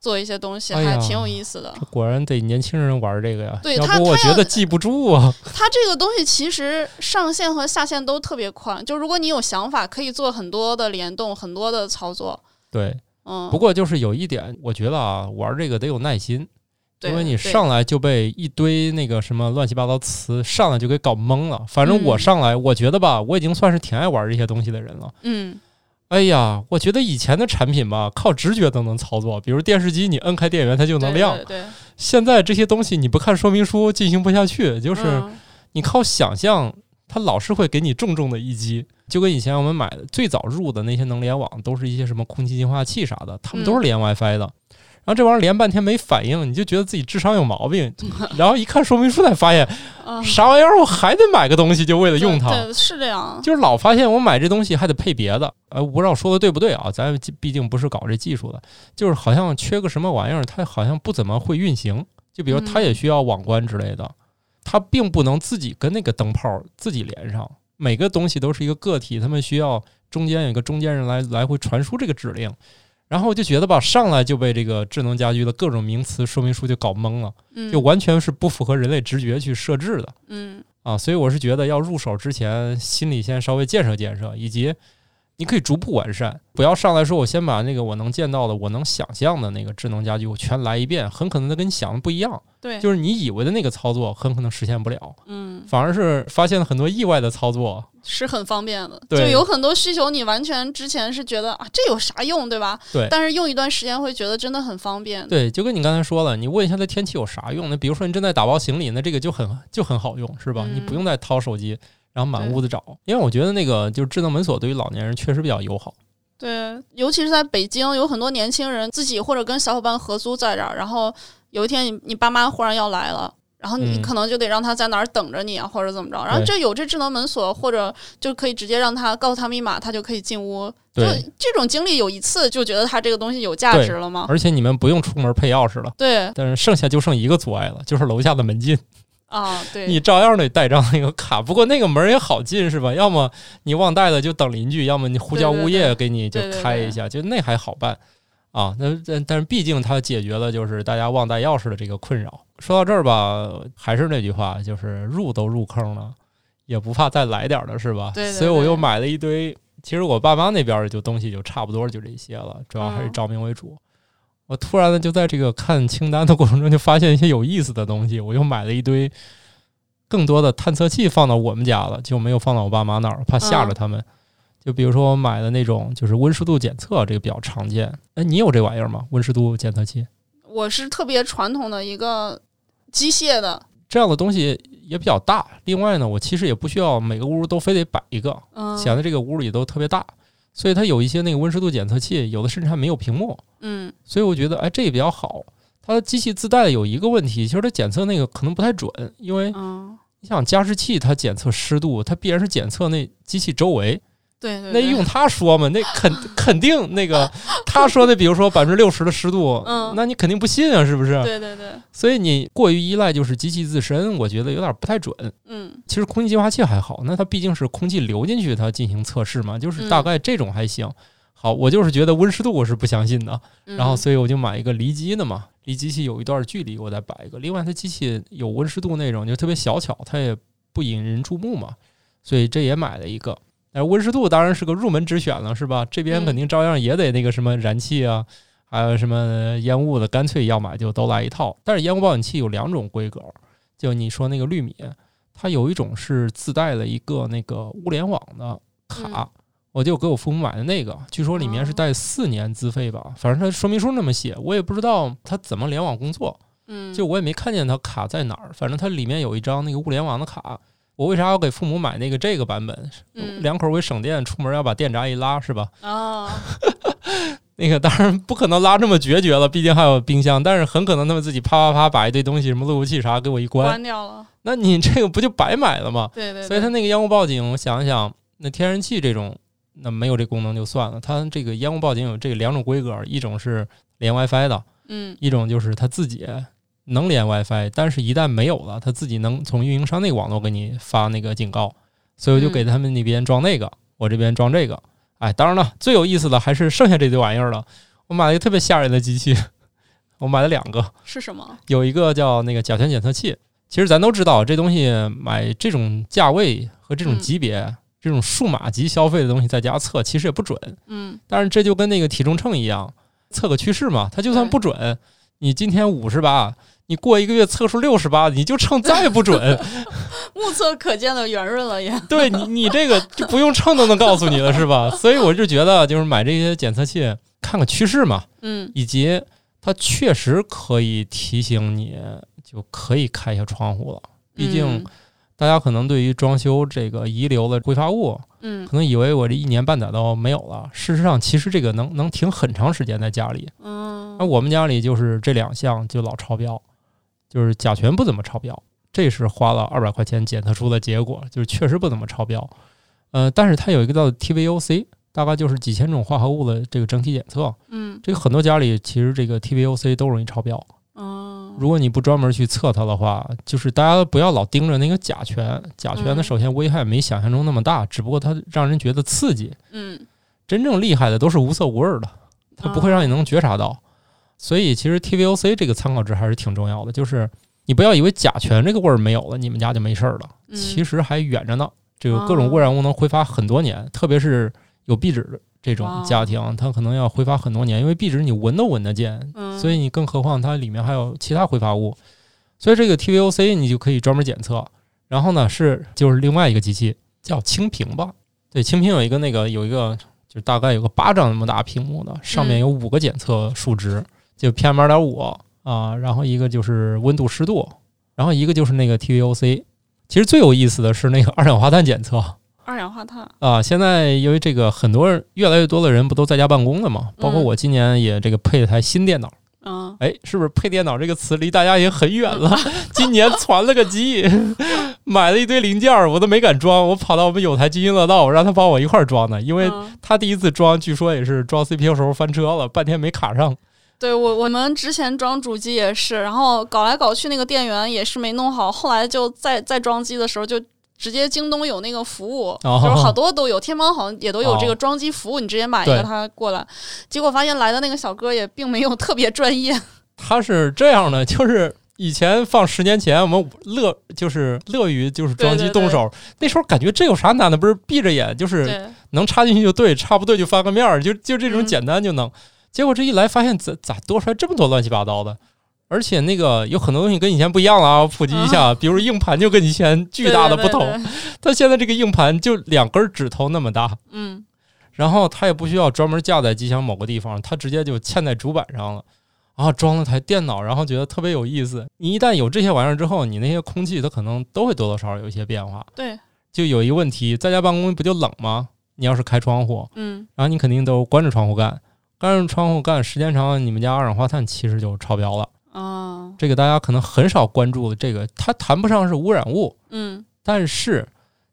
做一些东西，
哎呀
还挺有意思的。
这果然得年轻人玩这个呀，
对
要
他
不我
他
觉
要
得记不住啊。
它这个东西其实上线和下线都特别宽，就如果你有想法，可以做很多的联动，很多的操作。
对，
嗯，
不过就是有一点，我觉得啊，玩这个得有耐心，
对
因为你
对
上来就被一堆那个什么乱七八糟词上来就给搞懵了。反正我
嗯
上来，我觉得吧，我已经算是挺爱玩这些东西的人了。
嗯，
哎呀，我觉得以前的产品吧，靠直觉都能操作，比如电视机，你摁开电源它就能
对
亮
对。对，
现在这些东西你不看说明书进行不下去，就
就是
你靠想象，它老是会给你重重的一击。就跟以前我们买的最早入的那些能联网，都是一些什么空气净化器啥的，他们都是
嗯
连 WiFi 的。然后这玩意儿连半天没反应，你就觉得自己智商有毛 病。然后一看说明书才发现，
嗯，
啥玩意儿我还得买个东西，就为了用
对
它。
对是这样。
就是老发现我买这东西还得配别的，呃，我不知道说的对不对啊？咱毕竟不是搞这技术的，就是好像缺个什么玩意儿，它好像不怎么会运行。就比如它
嗯
也需要网关之类的，它并不能自己跟那个灯泡自己连上。每个东西都是一个个体，他们需要中间有一个中间人来来回传输这个指令。然后我就觉得吧，上来就被这个智能家居的各种名词说明书就搞懵了，
嗯，
就完全是不符合人类直觉去设置的。
嗯
啊，所以我是觉得要入手之前，心里先稍微建设建设，以及你可以逐步完善，不要上来说我先把那个我能见到的、我能想象的那个智能家居我全来一遍，很可能它跟你想的不一样，
对，
就是你以为的那个操作很可能实现不了，
嗯
反而是发现了很多意外的操作。
是很方便的，就
对
有很多需求你完全之前是觉得啊这有啥用对吧？
对
但是用一段时间会觉得真的很方便。
对，就跟你刚才说了，你问一下它天气有啥用？那比如说你正在打包行李，那这个就很就很好用，是吧？你不
嗯
用再掏手机，然后满
对
屋子找，因为我觉得那个就是智能门锁对于老年人确实比较友好。
对，尤其是在北京，有很多年轻人自己或者跟小伙伴合租在这儿，然后有一天你你爸妈忽然要来了。然后你
嗯
可能就得让他在哪儿等着你啊，或者怎么着。然后
对
这有这智能门锁，或者就可以直接让他告诉他密码，他就可以进屋。就
对，
这种经历有一次，就觉得他这个东西有价
对
值了吗？
而且你们不用出门配钥匙了。
对
但是剩下就剩一个阻碍了，就是楼下的门禁，
啊，对，
你照样得带张那个卡。不过那个门儿也好进是吧？要么你忘带了就等邻居，要么你呼叫
对对
物业给你就
对对
开一下，就那还好办啊。那但但是毕竟它解决了就是大家忘带钥匙的这个困扰。说到这儿吧，还是那句话，就是入都入坑了，也不怕再来点儿了是吧？
对对
所以我
对
又买了一堆。其实我爸妈那边儿就东西就差不多就这些了，主要还是
嗯
照明为主。我突然的就在这个看清单的过程中，就发现一些有意思的东西，我又买了一堆更多的探测器放到我们家了，就没有放到我爸妈那儿，怕吓着他们。就比如说我买的那种，就是温湿度检测，这个比较常见。哎，你有这玩意儿吗？温湿度检测器
我是特别传统的一个机械的，
这样的东西也比较大。另外呢，我其实也不需要每个屋都非得摆一个，
嗯
显得这个屋里都特别大。所以它有一些那个温湿度检测器，有的甚至还没有屏幕。
嗯
所以我觉得，哎，这也比较好。它的机器自带有一个问题，其实它检测那个可能不太准，因为
嗯，
你想加湿器它检测湿度，它必然是检测那机器周围。
对对
那
对，
用他说嘛，那肯 肯定那个他说的，比如说百分之六十的湿度，
嗯
那你肯定不信啊，是不是？
对对对，
所以你过于依赖就是机器自身，我觉得有点不太准。
嗯
其实空气净化器还好，那它毕竟是空气流进去，它进行测试嘛，就是大
嗯
概这种还行。好，我就是觉得温湿度我是不相信的，
嗯，
然后所以我就买一个离机的嘛，离机器有一段距离，我再摆一个。另外，它机器有温湿度那种，就特别小巧，它也不引人注目嘛，所以这也买了一个。但是温湿度当然是个入门之选了，是吧？这
嗯
边肯定照样也得那个什么燃气啊，还有什么烟雾的，干脆要买就都来一套。但是烟雾报警器有两种规格，就你说那个绿米，它有一种是自带了一个那个物联网的卡，
嗯
我就给我父母买的那个，据说里面
哦
是带四年资费吧，反正它说明书那么写，我也不知道它怎么联网工作，
嗯
就我也没看见它卡在哪儿，反正它里面有一张那个物联网的卡。我为啥要给父母买那个这个版本？
嗯
两口儿为省电，出门要把电闸一拉是吧？
哦，
那个当然不可能拉这么决绝了，毕竟还有冰箱，但是很可能他们自己啪啪啪把一堆东西，什么路由器啥给我一关，
关掉了，
那你这个不就白买了吗？
对对，对
所以它那个烟雾报警，我想一想，那天然气这种，那没有这功能就算了。它这个烟雾报警有这两种规格，一种是连 WiFi 的，
嗯
一种就是它自己能连 WiFi，但是一旦没有了，它自己能从运营商那个网络给你发那个警告。所以我就
嗯
给他们那边装那个，我这边装这个。哎，当然了，最有意思的还是剩下这堆玩意儿了。我买了一个特别吓人的机器， 我买了两个，
是什么？
有一个叫那个甲醛检测器。其实咱都知道，这东西买这种价位和这种
嗯
级别、这种数码级消费的东西，在家测其实也不准。
嗯
但是这就跟那个体重秤一样，测个趋势嘛，它就算不准，你今天五十八，你过一个月测出六十八，你就秤再不准，
目测可见的圆润了也，
对你你这个就不用秤都能告诉你了，是吧？所以我就觉得，就是买这些检测器看看趋势嘛，
嗯
以及它确实可以提醒你，就可以开一下窗户了。毕竟大家可能对于装修这个遗留的挥发物，
嗯
可能以为我这一年半载都没有了。事实上，其实这个能能停很长时间在家里。
嗯嗯
那啊我们家里就是这两项就老超标，就是甲醛不怎么超标，这是花了二百块钱检测出的结果，就是确实不怎么超标。呃，但是它有一个叫 TVOC，大概就是几千种化合物的这个整体检测，
嗯
这个很多家里其实这个 TVOC 都容易超标。
嗯
如果你不专门去测它的话，就是大家不要老盯着那个甲醛，甲醛呢
嗯
首先危害没想象中那么大，只不过它让人觉得刺激，
嗯
真正厉害的都是无色无味儿的，它不会让你能觉察到。所以其实 TVOC 这个参考值还是挺重要的，就是你不要以为甲醛这个味儿没有了，你们家就没事儿了，
嗯哦
其实还远着呢。这个各种污染物能挥发很多年，特别是有壁纸的这种
哦
家庭，它可能要挥发很多年，因为壁纸你闻都闻得见，
嗯
所以你更何况它里面还有其他挥发物，所以这个 TVOC 你就可以专门检测。然后呢是就是另外一个机器叫清屏吧，对，清屏有一个那个有一个就大概有个巴掌那么大屏幕的，上面有五个检测数值，就 PM 二点五啊，然后一个就是温度湿度，然后一个就是那个 TVOC。其实最有意思的是那个二氧化碳检测，
二氧化碳，
啊，现在因为这个，很多人越来越多的人不都在家办公了嘛？包括
嗯
我今年也这个配了台新电脑，
嗯
哎，是不是“配电脑”这个词离大家也很远了？ 今年攒了个机， 买了一堆零件儿，我都没敢装，我跑到我们有台津津乐道，我让他帮我一块儿装的，因为
嗯
他第一次装，据说也是装 CPU 时候翻车了，半天没卡上。
对我我们之前装主机也是，然后搞来搞去那个电源也是没弄好，后来就再再装机的时候就。直接京东有那个服务，
哦
就是好多都有，天猫好像也都有这
哦
个装机服务，你直接买一个
对
它过来。结果发现来的那个小哥也并没有特别专业，
他是这样的，就是以前放十年前，我们乐就是乐于就是装机
对对对
动手，那时候感觉这有啥难的，不是闭着眼就是。
对，
能插进去就对，插不对就翻个面儿，就就这种
嗯
简单就能。结果这一来发现咋咋多出来这么多乱七八糟的，而且那个有很多东西跟以前不一样了啊，我普及一下，比如硬盘就跟以前巨大的不同，
对对对对
它现在这个硬盘就两根指头那么大，
嗯，
然后它也不需要专门架在机箱某个地方，它直接就嵌在主板上了。啊，装了台电脑，然后觉得特别有意思。你一旦有这些玩意儿之后，你那些空气它可能都会多多少少有一些变化。
对，
就有一个问题，在家办公不就冷吗？你要是开窗户，
嗯，
然后你肯定都关着窗户干，关着窗户干时间长了，你们家二氧化碳其实就超标了。
啊，
这个大家可能很少关注的，这个它谈不上是污染物，
嗯，
但是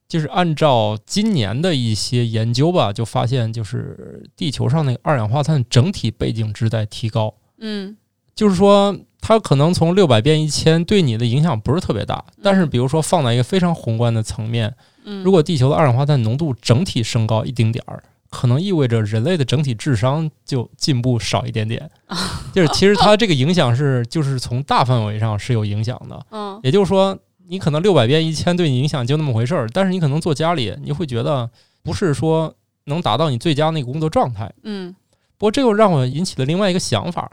就是按照今年的一些研究吧，就发现就是地球上那个二氧化碳整体背景值在提高，
嗯，
就是说它可能从六百变一千，对你的影响不是特别大，但是比如说放在一个非常宏观的层面，
嗯，
如果地球的二氧化碳浓度整体升高一丁点儿，可能意味着人类的整体智商就进步少一点点。就是其实它这个影响是，就是从大范围上是有影响的。
嗯，
也就是说，你可能六百遍一千对你影响就那么回事儿，但是你可能做家里，你会觉得不是说能达到你最佳那个工作状态。
嗯，
不过这又让我引起了另外一个想法：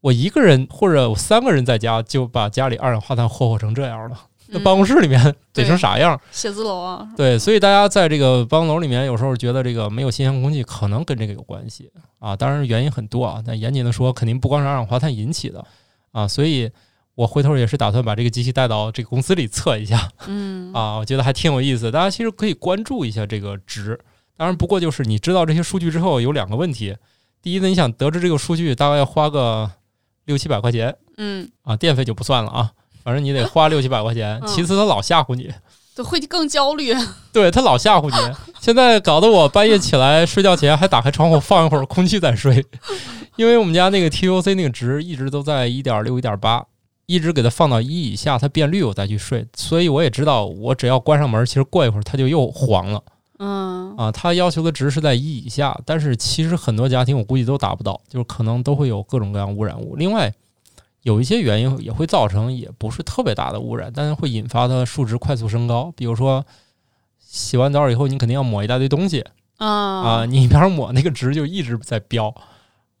我一个人或者我三个人在家就把家里二氧化碳霍霍成这样了，那
嗯
办公室里面得成
对
啥样？
写字楼 啊，
对，所以大家在这个办公楼里面，有时候觉得这个没有新鲜空气，可能跟这个有关系啊。当然原因很多啊，但严谨的说，肯定不光是二氧化碳引起的啊。所以我回头也是打算把这个机器带到这个公司里测一下
嗯，
啊，我觉得还挺有意思。大家其实可以关注一下这个值。当然，不过就是你知道这些数据之后，有两个问题：第一呢，你想得知这个数据，大概要花个六七百块钱
嗯，
啊，电费就不算了啊，反正你得花六七百块钱。
嗯
其次，他老吓唬你。
就会更焦虑，
对他老吓唬你，现在搞得我半夜起来睡觉前还打开窗户放一会儿空气再睡，因为我们家那个 TOC 那个值一直都在一点六、一点八，一直给它放到一以下，它变绿我再去睡，所以我也知道，我只要关上门，其实过一会儿它就又黄了
嗯，
啊。它要求的值是在一以下，但是其实很多家庭我估计都达不到，就是可能都会有各种各样污染物。另外，有一些原因也会造成也不是特别大的污染，但是会引发它数值快速升高，比如说。洗完澡以后，你肯定要抹一大堆东西啊、
啊，
你一边抹那个值就一直在飙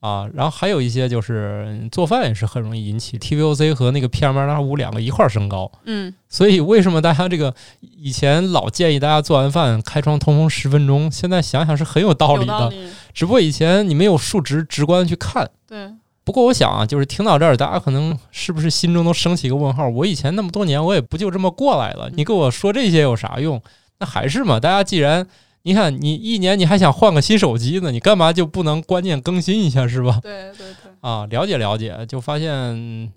啊。然后还有一些就是嗯做饭也是很容易引起 TVOC 和那个 PM 二点五两个一块儿升高，
嗯，
所以为什么大家这个以前老建议大家做完饭开窗通风十分钟，现在想想是很有道
有
理的，
道理，
只不过以前你没有数值直观去看。
对，
不过我想啊，就是听到这儿，大家可能是不是心中都升起一个问号？我以前那么多年，我也不就这么过来
嗯
了。你跟我说这些有啥用？那还是嘛，大家既然你看你一年你还想换个新手机呢，你干嘛就不能观念更新一下是吧？
对，对，对，
啊，了解了解，就发现，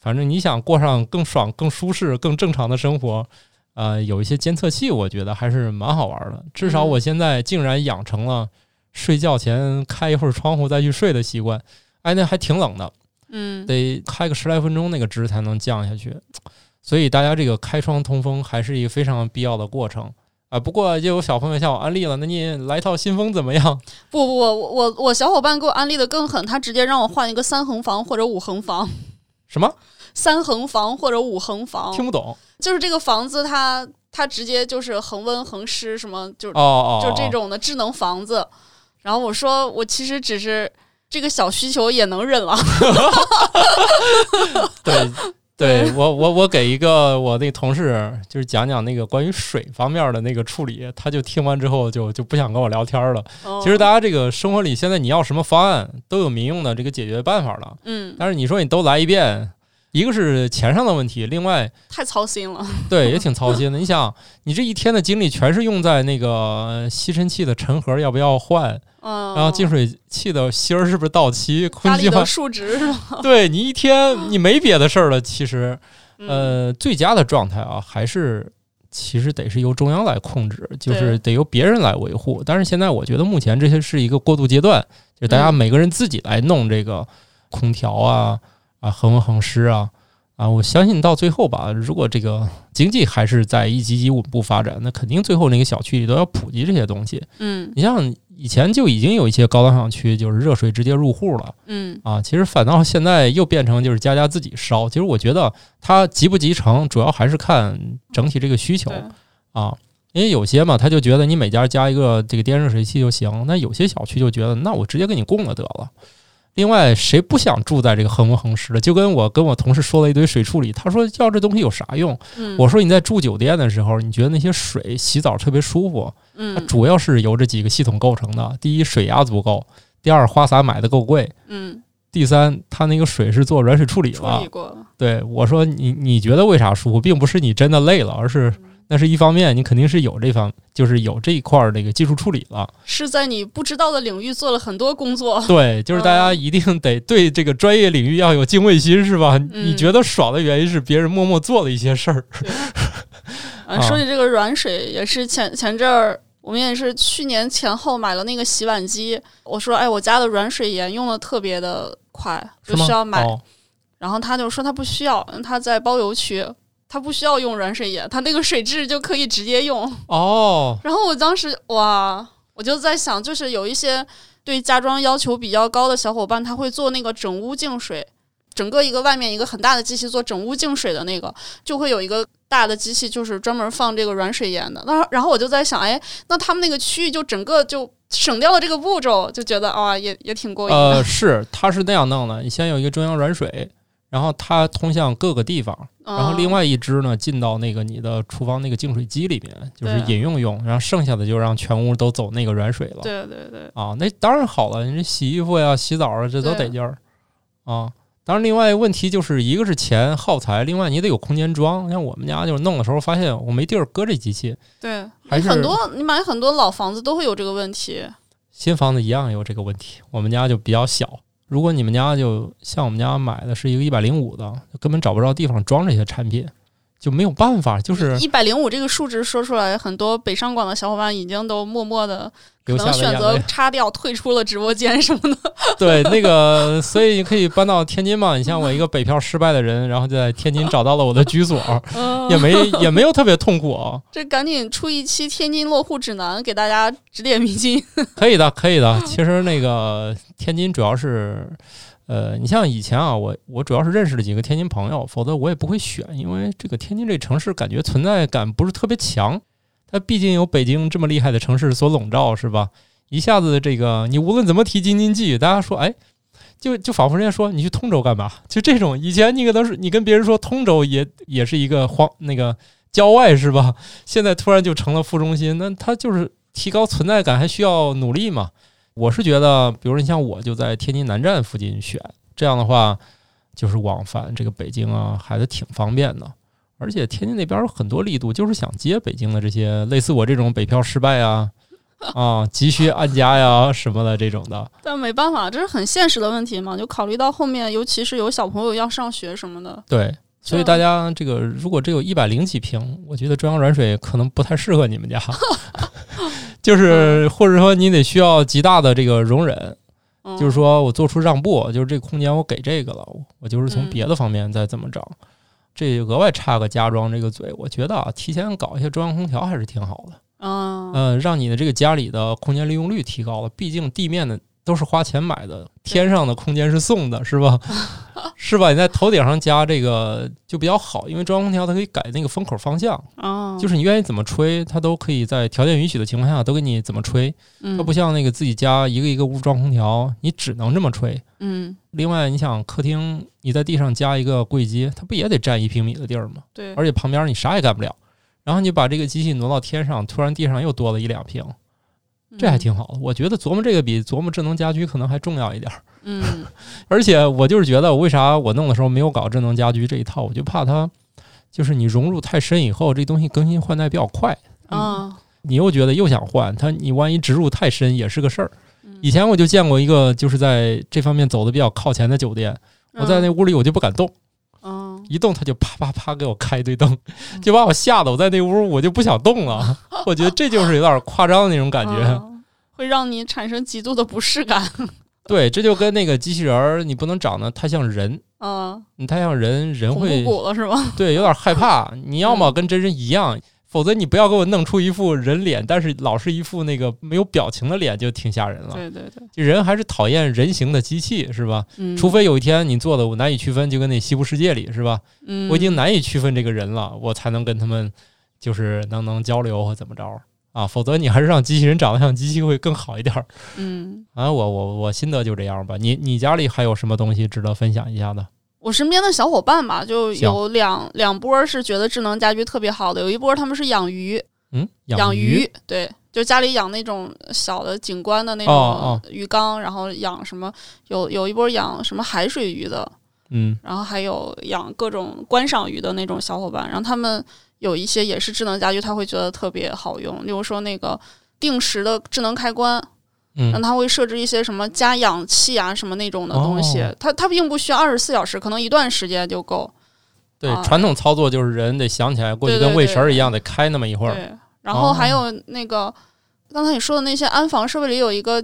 反正你想过上更爽、更舒适、更正常的生活，呃，有一些监测器，我觉得还是蛮好玩的。至少
嗯
我现在竟然养成了睡觉前开一会儿窗户再去睡的习惯。哎，那还挺冷的，
嗯，
得开个十来分钟，那个值才能降下去。所以大家这个开窗通风还是一个非常必要的过程啊。不过也有小朋友向我安利了，那你来套新风怎么样？
不不，我我我小伙伴给我安利的更狠，他直接让我换一个三横房或者五横房，
什么
三横房或者五横房，
听不懂？
就是这个房子它它直接就是恒温恒湿什么，就
哦哦，
就这
哦
种的智能房子。然后我说我其实只是这个小需求也能忍了，
对，对我我我给一个我那同事就是讲讲那个关于水方面的那个处理，他就听完之后就就不想跟我聊天了。
哦嗯
其实大家这个生活里现在你要什么方案都有民用的这个解决办法了，
嗯
但是你说你都来一遍，一个是钱上的问题，另外
太操心了，
对也挺操心的。你想，你这一天的精力全是用在那个吸尘器的尘盒要不要换，
嗯，
然后净水器的芯儿是不是到期，空
家
气
里
换
的数值是吧？
对你一天你没别的事儿了，其实，
嗯
呃，最佳的状态啊，还是其实得是由中央来控制，就
对
是得由别人来维护。但是现在我觉得目前这些是一个过渡阶段，就是大家
嗯
每个人自己来弄这个空调啊啊恒温恒湿啊啊，我相信到最后吧，如果这个经济还是在一级级稳步发展，那肯定最后那个小区里都要普及这些东西。
嗯
你像以前就已经有一些高档小区就是热水直接入户了。
嗯
啊，其实反倒现在又变成就是家家自己烧。其实我觉得它集不集成，主要还是看整体这个需求
对
啊。因为有些嘛，他就觉得你每家加一个这个电热水器就行，那有些小区就觉得，那我直接给你供了得了。另外，谁不想住在这个恒温恒湿的？就跟我跟我同事说了一堆水处理，他说要这东西有啥用？
嗯，
我说你在住酒店的时候，你觉得那些水洗澡特别舒服，它
嗯
主要是由这几个系统构成的：第一，水压足够；第二，花洒买的够贵；
嗯，
第三，它那个水是做软水处理
处
了
理。过了，
对我说你你觉得为啥舒服，并不是你真的累了，而
嗯
是那是一方面，你肯定是有这方就是有这一块儿那个技术处理了。
是在你不知道的领域做了很多工作。
对，就是大
嗯
家一定得对这个专业领域要有敬畏心，是吧？你觉得爽的原因是别人默默做了一些事儿。
嗯，
啊
说起这个软水，也是前前阵儿。我们也是去年前后买了那个洗碗机，我说哎，我家的软水盐用的特别的快，
是
就
吗
需要买。
哦
然后他就说他不需要，嗯他在包邮区，他不需要用软水盐，他那个水质就可以直接用。
哦，
然后我当时哇，我就在想，就是有一些对家装要求比较高的小伙伴，他会做那个整屋净水，整个一个外面一个很大的机器做整屋净水的那个，就会有一个大的机器，就是专门放这个软水盐的。那然后我就在想，哎，那他们那个区域就整个就省掉了这个步骤，就觉得啊、也也挺过瘾的。
呃，是，它是那样弄的。你先有一个中央软水，然后它通向各个地方，呃然后另
嗯
外一支呢进到那个你的厨房那个净水机里面，就是
对
饮用用，然后剩下的就让全屋都走那个软水了。
对对对，
啊，那当然好了，你这洗衣服呀、洗澡啊，这都
对
得劲儿啊。当然，另外问题就是一个是钱耗材，另外你得有空间装。像我们家就是弄的时候发现我没地儿搁这机器，
对，
还
你
是
很多你买很多老房子都会有这个问题。
新房子一样有这个问题。我们家就比较小，如果你们家就像我们家买的是一个一百零五的，就根本找不着地方装这些产品，就没有办法，就是
一百零五这个数值说出来，很多北上广的小伙伴已经都默默的可
留下
能
了
选
眼
择
泪。
擦掉、退出了直播间什么的。
对，那个，所以你可以搬到天津嘛？你像我一个北漂失败的人，然后就在天津找到了我的居所，也没也没有特别痛苦啊。
这赶紧出一期天津落户指南，给大家指点迷津。
可以的，可以的。其实那个天津主要是，呃，你像以前啊，我我主要是认识了几个天津朋友，否则我也不会选，因为这个天津这城市感觉存在感不是特别强。它毕竟有北京这么厉害的城市所笼罩，是吧？一下子这个你无论怎么提京津冀，大家说哎。就就仿佛人家说你去通州干嘛？就这种，以前你可能是你跟别人说通州也也是一个荒那个郊外是吧？现在突然就成了副中心，那它就是提高存在感还需要努力嘛？我是觉得，比如你像我就在天津南站附近选，这样的话就是往返这个北京啊，还是挺方便的。而且天津那边有很多力度，就是想接北京的这些类似我这种北漂失败啊啊急需安家呀什么的这种的。
但没办法，这是很现实的问题嘛。就考虑到后面，尤其是有小朋友要上学什么的，
对，所以
这样
大家这个如果只有一百零几平，我觉得中央软水可能不太适合你们家， 就是或者说你得需要极大的这个容忍，
嗯、
就是说我做出让步，就是这个空间我给这个了，我就是从
嗯
别的方面再怎么整。这额外插个家装这个嘴，我觉得啊，提前搞一些中央空调还是挺好的。
嗯，
嗯、让你的这个家里的空间利用率提高了，毕竟地面的都是花钱买的，天上的空间是送 的，是吧？是吧？你在头顶上加这个就比较好，因为中央空调它可以改那个风口方向，
嗯，
就是你愿意怎么吹，它都可以在条件允许的情况下都给你怎么吹。它
嗯
不像那个自己家一个一个屋装空调，你只能这么吹。
嗯，
另外，你想客厅，你在地上加一个柜机，它不也得占一平米的地儿吗？
对，
而且旁边你啥也干不了。然后你把这个机器挪到天上，突然地上又多了一两平，
嗯
这还挺好的。我觉得琢磨这个比琢磨智能家居可能还重要一点。儿。
嗯 嗯
而且我就是觉得，为啥我弄的时候没有搞智能家居这一套？我就怕它就是你融入太深以后，这东西更新换代比较快。
嗯
你又觉得又想换它，你万一植入太深也是个事儿。
嗯
以前我就见过一个就是在这方面走的比较靠前的酒店，嗯我在那屋里我就不敢动，
嗯
一动它就啪啪啪给我开一堆灯，就把我吓得我在那屋我就不想动了。我觉得这就是有点夸张的那种 感觉。
嗯会让你产生极度的不适感。
对，这就跟那个机器人儿，你不能长得太像人，
嗯，
你太像人，人
恐怖嗯
会
谷了是吗？
对有点 害怕。你要么跟真人一样，否则你不要给我弄出一副人脸，但是老是一副那个没有表情的脸，就挺吓人了。
对对对，
就人还是讨厌人形的机器，是吧？
嗯，
除非有一天你做的我难以区分，就跟那西部世界里是吧？
嗯
我已经难以区分这个人了，我才能跟他们就是能能交流或怎么着啊，否则你还是让机器人长得像机器会更好一点儿。
嗯，
啊，我我我心得就这样吧。你你家里还有什么东西值得分享一下的？
我身边的小伙伴吧，就
行
有两两波是觉得智能家居特别好的，有一波他们是养鱼，
嗯，
养
鱼
鱼，对，就家里养那种小的景观的那
哦
种鱼缸，然后养什么有有一波养什么海水鱼的，
嗯
然后还有养各种观赏鱼的那种小伙伴，然后他们有一些也是智能家居，他会觉得特别好用，例如说那个定时的智能开关，让
嗯
它会设置一些什么加氧气啊什么那种的东西，
哦
它它并不需要二十四小时，可能一段时间就够。
对，
啊
传统操作就是人得想起来过去
对对
跟喂
对
食儿一样，得开那么一会儿。
对，然后
哦
还有那个、刚才你说的那些安防设备里有一个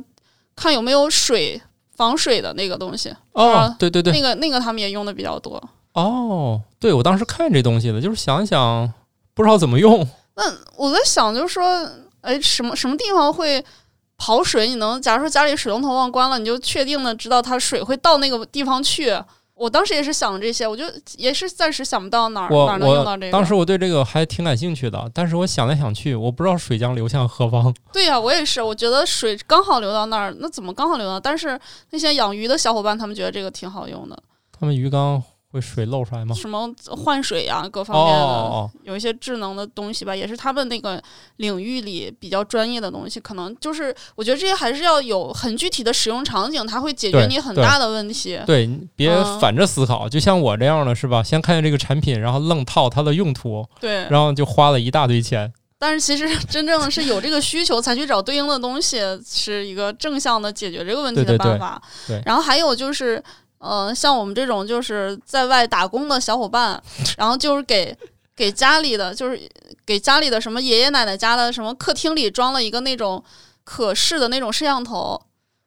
看有没有水防水的那个东西，
哦
啊，
对对对
那，个那个他们也用的比较多。
哦，对我当时看这东西的，就是想一想不知道怎么用。
那我在想，就是说，哎，什么什么地方会跑水？你能，假如说家里水龙头忘关了，你就确定的知道它水会到那个地方去。我当时也是想这些，我就也是暂时想不到哪儿
我
哪儿能用到
我
这个。
当时我对这个还挺感兴趣的，但是我想来想去，我不知道水将流向何方。
对呀、我也是，我觉得水刚好流到那儿，那怎么刚好流到？但是那些养鱼的小伙伴他们觉得这个挺好用的，
他们鱼缸会水漏出来吗？
什么换水呀、各
哦
方面的，
哦
有一些智能的东西吧，也是他们那个领域里比较专业的东西，可能就是我觉得这些还是要有很具体的使用场景，它会解决
对
你很
对
大的问题
哦，。对，你别
嗯
反着思考，就像我这样的是吧？先看见这个产品，然后愣套它的用途，
对，
然后就花了一大堆钱。
但是其实真正是有这个需求才去找对应的东西，是一个正向的解决这个问题
对对
的
对
办法。
对
然后还有就是，呃，像我们这种就是在外打工的小伙 伴，然后就是给。给家里的就是给家里的什么爷爷奶奶家的什么客厅里装了一个那种可视的那种摄像头，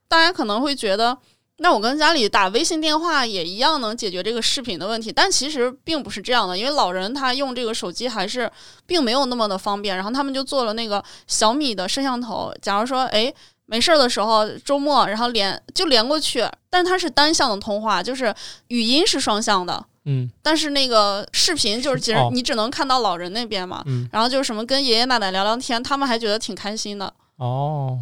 大家可能会觉得，那我跟家里打微信电话也一样能解决这个视频的问题，但其实并不是这样的，因为老人他用这个手机还是并没有那么的方便，然后他们就做了那个小米的摄像头，假如说诶没事儿的时候，周末然后连就连过去，但是它是单向的通话，就是语音是双向的，
嗯
但是那个视频就是只、
哦
你只能看到老人那边嘛，
嗯，
然后就是什么跟爷爷奶奶聊聊天，他们还觉得挺开心的。
哦，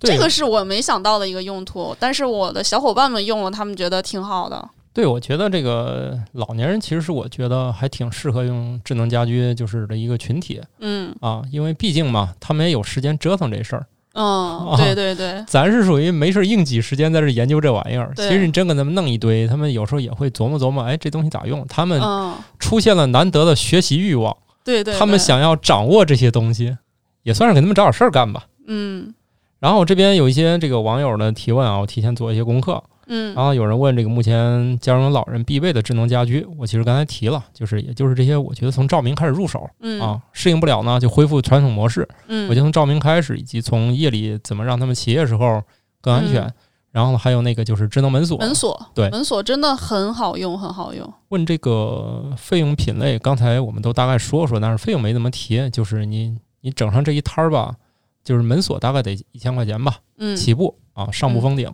对
这个是我没想到的一个用途，但是我的小伙伴们用了，他们觉得挺好的。
对，我觉得这个老年人其实是我觉得还挺适合用智能家居就是的一个群体
嗯
啊，因为毕竟嘛，他们也有时间折腾这事儿。哦
嗯，对对对
咱是属于没事儿硬挤时间在这研究这玩意儿。其
对
实你真给他们弄一堆，他们有时候也会琢磨琢磨，哎，这东西咋用？他们
嗯，
出现了难得的学习欲望，
对对，
他们
对
想要掌握这些东西，也算是给他们找点事儿干吧。
嗯
然后这边有一些这个网友的提问啊，我提前做一些功课。
嗯
然后有人问这个目前家中老人必备的智能家居，我其实刚才提了，就是也就是这些，我觉得从照明开始入手
嗯
啊，适应不了呢就恢复传统模式，
嗯，
我就从照明开始，以及从夜里怎么让他们起夜时候更安全
嗯。
然后呢还有那个就是智能门锁。
门锁
对
门锁真的很好用，很好用。
问这个费用品类，刚才我们都大概说说，但是费用没怎么提。就是你你整上这一摊儿吧，就是门锁大概得一千块钱吧，
嗯
起步啊，上不封顶，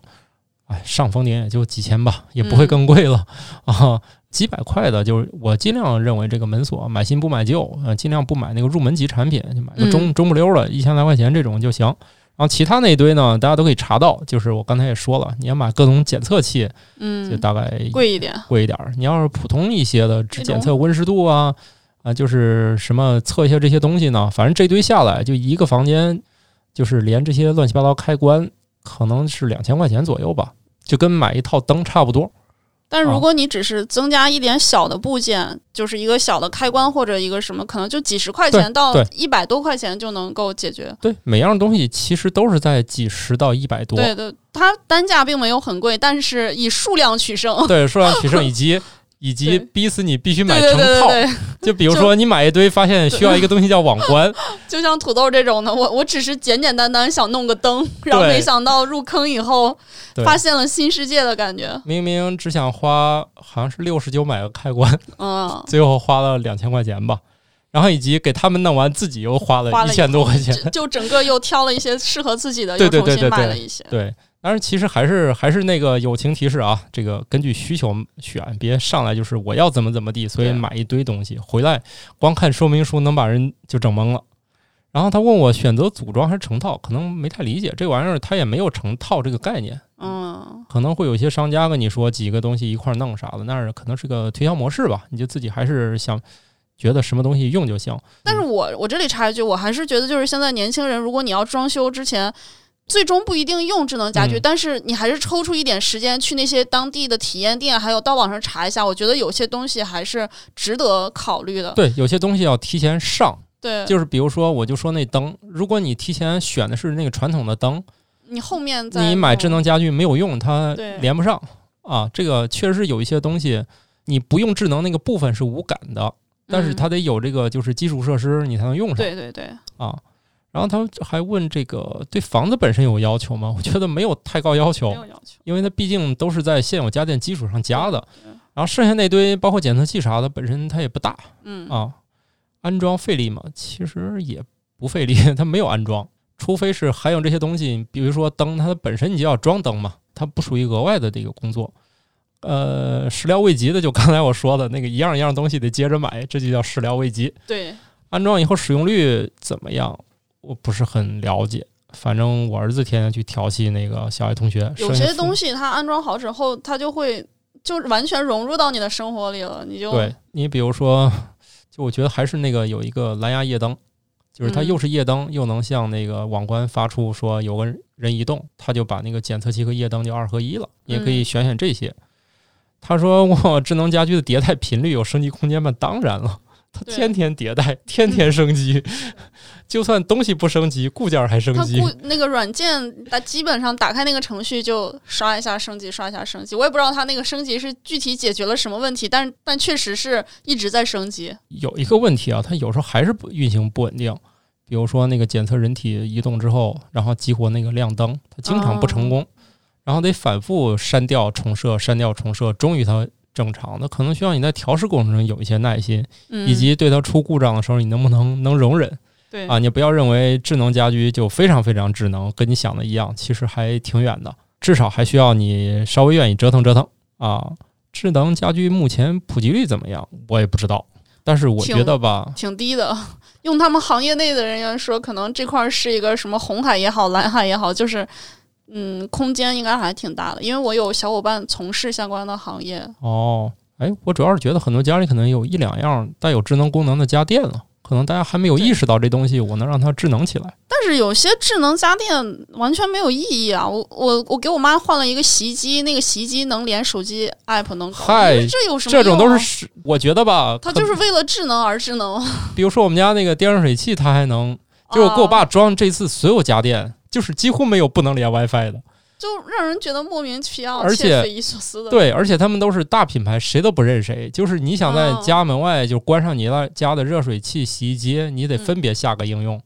哎，上封顶也就几千吧，也不
嗯
会更贵了、 啊，几百块的，就是我尽量认为这个门锁买新不买旧，呃，尽量不买那个入门级产品，就买个
嗯
中、中不溜儿的，一千来块钱这种就行。然后其他那一堆呢，大家都可以查到，就是我刚才也说了，你要买各种检测器，就
嗯，
大概
贵一点。
贵一点儿。你要是普通一些的，只
那种
检测温湿度啊啊，就是什么测一下这些东西呢，反正这堆下来就一个房间，就是连这些乱七八糟开关，可能是两千块钱左右吧，就跟买一套灯差不多。
但是
啊
如果你只是增加一点小的部件，就是一个小的开关或者一个什么，可能就几十块钱到
对
一百多块钱就能够解决。
对，每样东西其实都是在几十到一百多。
对对，它单价并没有很贵，但是以数量取胜。
对，数量取胜以 及。以及
对
逼死你必须 买
对
成
对
套，
对对对，
就比如说你买一堆，发现需要一个东西叫网关，
就像土豆这种的，我我只是简简单单想弄个灯，然后没想到入坑以后
对
发现了新世界的感觉。
明明只想花好像是六十九买个开关，
嗯，
最后花了两千块钱吧，然后以及给他们弄完，自己又花了
花
一
了
千多块钱。
就就整个又挑了一些适合自己的，
对
又
对
重
对对
新买
对
了一些。
对，当然其实还是还是那个友情提示啊，这个根据需求选，别上来就是我要怎么怎么地，所以
对
买一堆东西回来，光看说明书能把人就整懵了。然后他问我选择组装还是成套，可能没太理解这玩意儿，他也没有成套这个概念，
嗯
可能会有些商家跟你说几个东西一块儿弄啥的，那是可能是个推销模式吧，你就自己还是想觉得什么东西用就行。
但是我我这里插一句，我还是觉得就是现在年轻人，如果你要装修之前，最终不一定用智能家居，
嗯
但是你还是抽出一点时间去那些当地的体验店，还有到网上查一下，我觉得有些东西还是值得考虑的。
对，有些东西要提前上，
对，
就是比如说我就说那灯，如果你提前选的是那个传统的灯，
你后面再
你买智
弄
能家居没有用，它
对
连不上啊。这个确实是有一些东西，你不用智能那个部分是无感的，但是
嗯
它得有这个就是基础设施，你才能用上
对对对，
啊。然后他还问这个对房子本身有要求吗？我觉得没有太高要求
没，有要求。
因为它毕竟都是在现有家电基础上加的。然后剩下那堆包括检测器啥的，本身它也不大
嗯
啊。安装费力嘛，其实也不费力， 它没有安装，除非是含有这些东西，比如说灯，它本身你就要装灯嘛，它不属于额外的这个工作。呃，始料未及的，就刚才我说的那个一样一样东西得接着买，这就叫始料未及。
对，
安装以后使用率怎么样？我不是很了解。反正我儿子天天去调戏那个小爱同学，
有 些东
西
西它安装好之后，它就会就完全融入到你的生活里了，你就
对你比如说，就我觉得还是那个有一个蓝牙夜灯，就是它
嗯
又是夜灯，又能向那个网关发出说有个人移动，他就把那个检测器和夜灯就二合一了，也可以
嗯
选选这些。他说我 智能家居的迭代频率有升级空间吗？当然了。它
对嗯
天天迭代，天天升级，就算东西不升级，固件儿还升
它
级。
固那个软件，它基本上打开那个程序就刷一下升级，刷一下升级。我也不知道它那个升级是具体解决了什么问题，但但确实是一直在升级。
有一个问题啊，它有时候还是不运行不稳定。比如说那个检测人体移动之后，然后激活那个亮灯，它经常不成功，然后得反复删掉重设，删掉重设，终于它正常。那可能需要你在调试过程中有一些耐心，
嗯，
以及对它出故障的时候，你能不能能容忍
对
啊？你不要认为智能家居就非常非常智能，跟你想的一样，其实还挺远的，至少还需要你稍微愿意折腾折腾啊。智能家居目前普及率怎么样？我也不知道，但是我
挺
觉得吧，
挺低的。 用他们行业内的人员说，可能这块儿是一个什么红海也好，蓝海也好，就是嗯，空间应该还挺大的。因为我有小伙伴从事相关的行业，
哦，哎，我主要是觉得很多家里可能有一两样带有智能功能的家电了，可能大家还没有意识到这东西，我能让它智能起来。
但是有些智能家电完全没有意义啊！我我我给我妈换了一个洗衣机，那个洗衣机能连手机 app 能搞，
嗨
我觉得这有什么、啊
这种都是，是，我觉得吧，
它
可
就是为了智能而智 能。
比如说我们家那个电热水器，它还能，就是我给我
啊
爸装这次所有家电，就是几乎没有不能连 WiFi 的。
就让人觉得莫名其妙，
而且
且匪夷所思的。
对，而且他们都是大品牌，谁都不认谁。就是你想在
哦
家门外就关上你那家的热水器、洗衣机，你得
嗯
分别下个应用，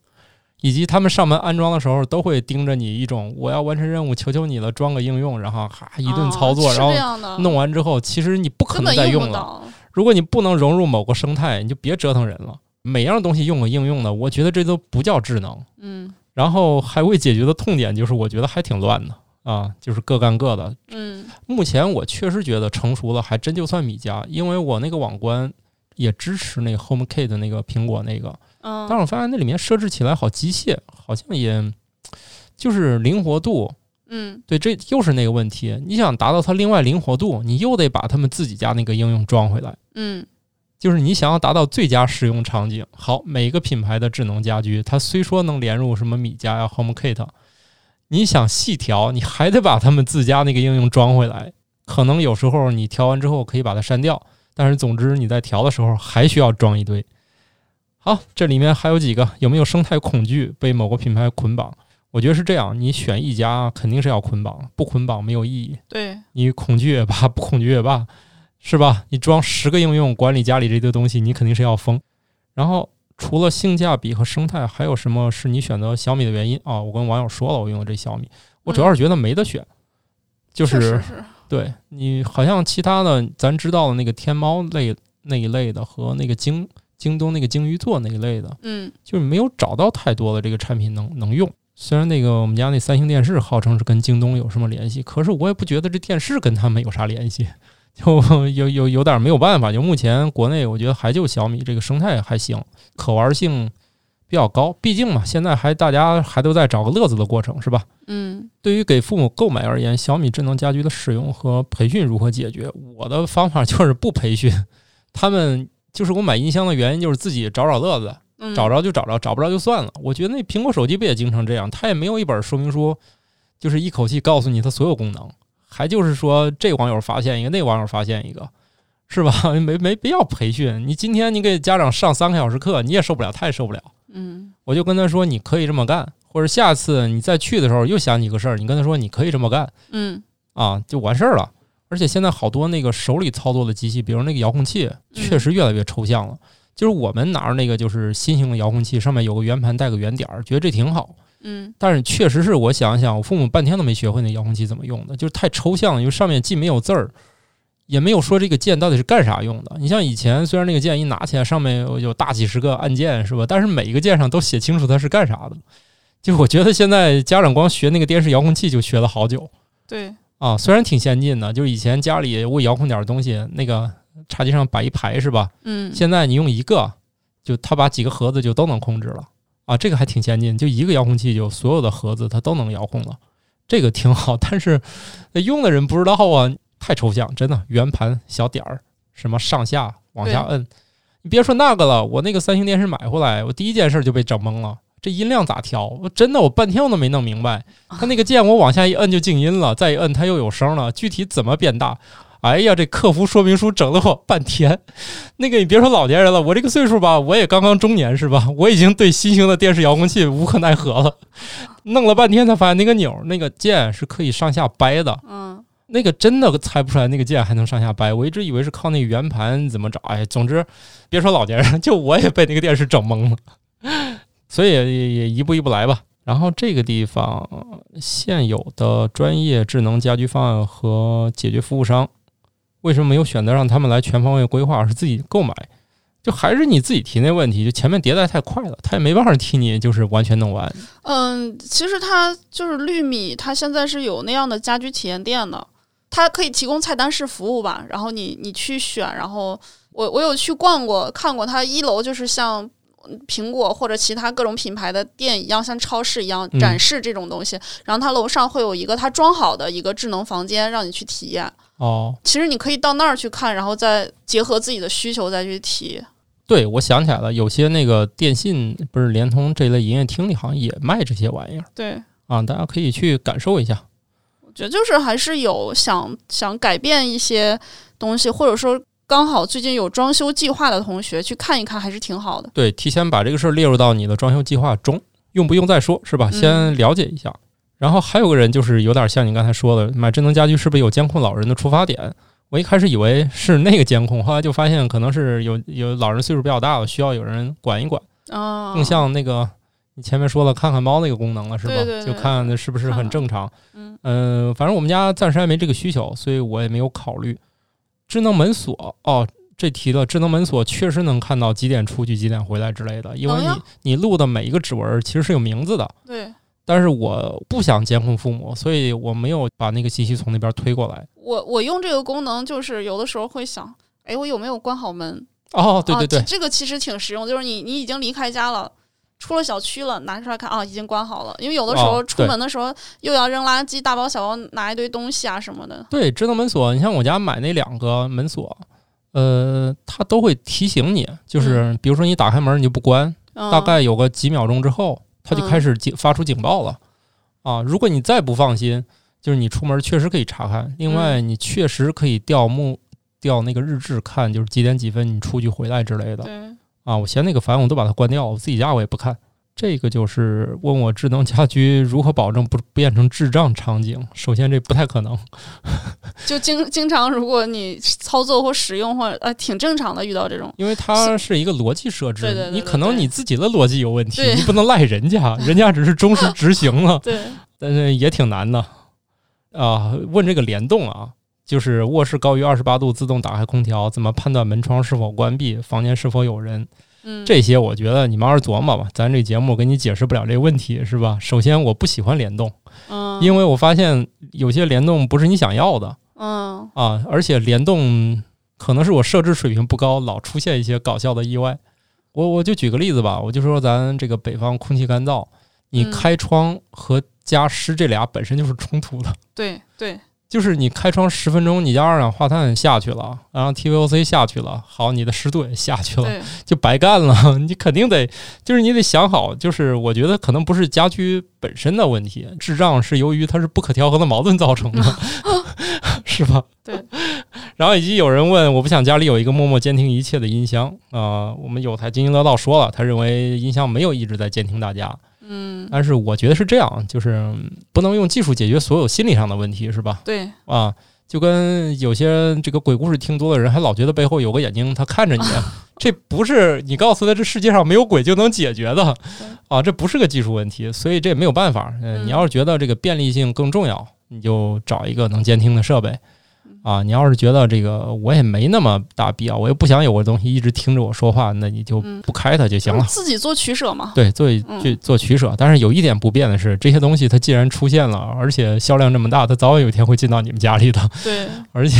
以及他们上门安装的时候都会盯着你一种我要完成任务，求求你了，装个应用，然后哈一顿操作，
啊、是
然
这
后
样的，
弄完之后，其实你不可
根
能
本
再
用
用
不
了。
到。
如果你不能融入某个生态，你就别折腾人了。每样东西用个应用的，我觉得这都不叫智能。
嗯
然后还未解决的痛点就是，我觉得还挺乱的啊，就是各干各的，
嗯
目前我确实觉得成熟了，还真就算米家，因为我那个网关也支持那个 HomeKit 的那个苹果那个，但是
嗯
我发现那里面设置起来好机械，好像也就是灵活度。
嗯，
对，这又是那个问题。你想达到它另外灵活度，你又得把他们自己家那个应用装回来。
嗯，
就是你想要达到最佳使用场景，好，每一个品牌的智能家居，它虽说能连入什么米家呀、HomeKit，你想细调，你还得把他们自家那个应用装回来。可能有时候你调完之后可以把它删掉，但是总之你在调的时候还需要装一堆。好，这里面还有几个有没有生态恐惧被某个品牌捆绑？我觉得是这样，你选一家肯定是要捆绑，不捆绑没有意义。
对，
你恐惧也罢，不恐惧也罢，是吧？你装十个应用管理家里这堆东西，你肯定是要疯。然后除了性价比和生态，还有什么是你选择小米的原因啊？我跟网友说了，我用的这小米，我主要是觉得没得选，就
嗯确
是
实是。
对你好像其他的咱知道的那个天猫类那一类的和那个京京东那个鲸鱼座那一类的，
嗯
就是没有找到太多的这个产品能能用。虽然那个我们家那三星电视号称是跟京东有什么联系，可是我也不觉得这电视跟他们有啥联系，就 有有有点没有办法。就目前国内，我觉得还就小米这个生态还行，可玩性比较高。毕竟嘛，现在还大家还都在找个乐子的过程，是吧？
嗯
对于给父母购买而言，小米智能家居的使用和培训如何解决？我的方法就是不培训，他们就是我买音箱的原因就是自己找找乐子，
嗯，
找着就找着，找不着就算了。我觉得那苹果手机不也经常这样，它也没有一本说明书，就是一口气告诉你它所有功能，还就是说这网友发现一个，那网友发现一个，是吧？ 没没必要培训。你今天你给家长上三个小时课，你也受不了，他也受不了。
嗯
我就跟他说，你可以这么干，或者下次你再去的时候又想起个事儿，你跟他说你可以这么干
嗯
啊，就完事儿了。而且现在好多那个手里操作的机器，比如那个遥控器，确实越来越抽象了。就是我们拿着那个就是新型的遥控器，上面有个圆盘带个圆点儿，觉得这挺好。
嗯
但是确实是我想一想，我父母半天都没学会那遥控器怎么用的，就是太抽象了，因为上面既没有字儿，也没有说这个键到底是干啥用的。你像以前虽然那个键一拿起来上面有有大几十个按键是吧，但是每一个键上都写清楚它是干啥的。就我觉得现在家长光学那个电视遥控器就学了好久，
对，
啊，虽然挺先进的，就是以前家里我遥控点儿东西，那个茶几上摆一排是吧？
嗯
现在你用一个，就它把几个盒子就都能控制了啊，这个还挺先进，就一个遥控器就所有的盒子它都能遥控了，这个挺好。但是呃用的人不知道啊，太抽象，真的圆盘小点儿，什么上下往下摁，你别说那个了，我那个三星电视买回来，我第一件事就被整懵了。这音量咋调？我真的我半天我都没弄明白。它那个键我往下一摁就静音了，再一摁它又有声了，具体怎么变大？哎呀，这客服说明书整了我半天。 那个你别说老年人了，我这个岁数吧，我也刚刚中年是吧？我已经对新型的电视遥控器无可奈何了。弄了半天才发现那个钮儿、那个键是可以上下掰的，
嗯
那个真的猜不出来那个键还能上下掰。我一直以为是靠那个圆盘怎么找。哎，总之别说老年人，就我也被那个电视整懵了。 所以也也一步一步来吧。然后这个地方现有的专业智能家居方案和解决服务商，为什么没有选择让他们来全方位规划，而是自己购买？就还是你自己提那问题，就前面迭代太快了，他也没办法替你就是完全弄完。
嗯，其实它就是绿米，它现在是有那样的家居体验店的，它可以提供菜单式服务吧。然后你你去选，然后我我有去逛过，看过它一楼就是像苹果或者其他各种品牌的店一样，像超市一样
嗯
展示这种东西。然后它楼上会有一个它装好的一个智能房间，让你去体验。
哦，
其实你可以到那儿去看，然后再结合自己的需求再去提。
对，我想起来了，有些那个电信不是联通这类营业厅里好像也卖这些玩意儿
对，
啊，大家可以去感受一下。
我觉得就是还是有想想改变一些东西，或者说刚好最近有装修计划的同学去看一看，还是挺好的。
对，提前把这个事儿列入到你的装修计划中，用不用再说，是吧？
嗯
先了解一下。然后还有个人就是有点像你刚才说的，买智能家居是不是有监控老人的出发点？我一开始以为是那个监控，后来就发现可能是有有老人岁数比较大了，需要有人管一管，
啊，
更像那个你前面说了看看猫那个功能了，是吧？
对对对
就看是不是
看
很
看
正常。
嗯
嗯，反正我们家暂时还没这个需求，所以我也没有考虑。智能门锁哦，这提了，智能门锁确实能看到几点出去、几点回来之类的，因为
能
你、
呀
你录的每一个指纹其实是有名字的。
对
但是我不想监控父母，所以我没有把那个信息从那边推过来。
我我用这个功能，就是有的时候会想，哎，我有没有关好门？
哦，对对对
啊，这，这个其实挺实用，就是你你已经离开家了。出了小区了，拿出来看啊，已经关好了。因为有的时候
哦
出
对
门的时候、又要扔垃圾，大包小包拿一堆东西啊什么的。
对，智能门锁，你像我家买那两个门锁，呃，它都会提醒你，就是比如说你打开门你就不关，
嗯、
大概有个几秒钟之后，它就开始警发出警报了。啊，如果你再不放心，就是你出门确实可以查看，另
嗯
外你确实可以调目调那个日志看，就是几点几分你出去回来之类的。
对，
啊，我嫌那个烦，我都把它关掉了，我自己家我也不看。这个就是问我智能家居如何保证不变成智障场景。首先，这不太可能。
就经经常如果你操作或使用或者呃挺正常的遇到这种。
因为它是一个逻辑设置，
对对对
你
对
可能
对
你自己的逻辑有问题，
对
你不能赖 人家，人家只是忠实执行了，
对，
但是也挺难的啊。问这个联动啊，就是卧室高于二十八度自动打开空调，怎么判断门窗是否关闭，房间是否有人？
嗯，
这些我觉得你慢慢琢磨吧，咱这节目给你解释不了这个问题，是吧？首先，我不喜欢联动，
嗯，
因为我发现有些联动不是你想要的
嗯
啊，而且联动可能是我设置水平不高，老出现一些搞笑的意外。我我就举个例子吧，我就说咱这个北方空气干燥，你
嗯
开窗和加湿这俩本身就是冲突的，
对对，
就是你开窗十分钟，你家二氧化碳下去了，然后 TVOC 下去了，好，你的湿度也下去了，
对，
就白干了。 你肯定得，就是你得想好，就是我觉得可能不是家居本身的问题，智障是由于它是不可调和的矛盾造成的， 是吧？
对。
然后以及有人问，我不想家里有一个默默监听一切的音箱啊、呃我们有台津津乐道说了，他认为音箱没有一直在监听大家，
嗯，
但是我觉得是这样，就是嗯不能用技术解决所有心理上的问题，是吧？
对，
啊，就跟有些这个鬼故事听多的人，还老觉得背后有个眼睛，他看着你，啊 这不是你告诉他这世界上没有鬼就能解决的啊，这不是个技术问题，所以这也没有办法。嗯，
嗯
你要是觉得这个便利性更重要，你就找一个能监听的设备。
嗯
啊，你要是觉得这个我也没那么大必要，我也不想有个东西一直听着我说话，那你就
嗯
不开它就行了。
自己做取舍嘛。
对，做一
嗯
去做取舍。但是有一点不变的是，这些东西它既然出现了，而且销量这么大，它早晚有一天会进到你们家里的。
对，
而且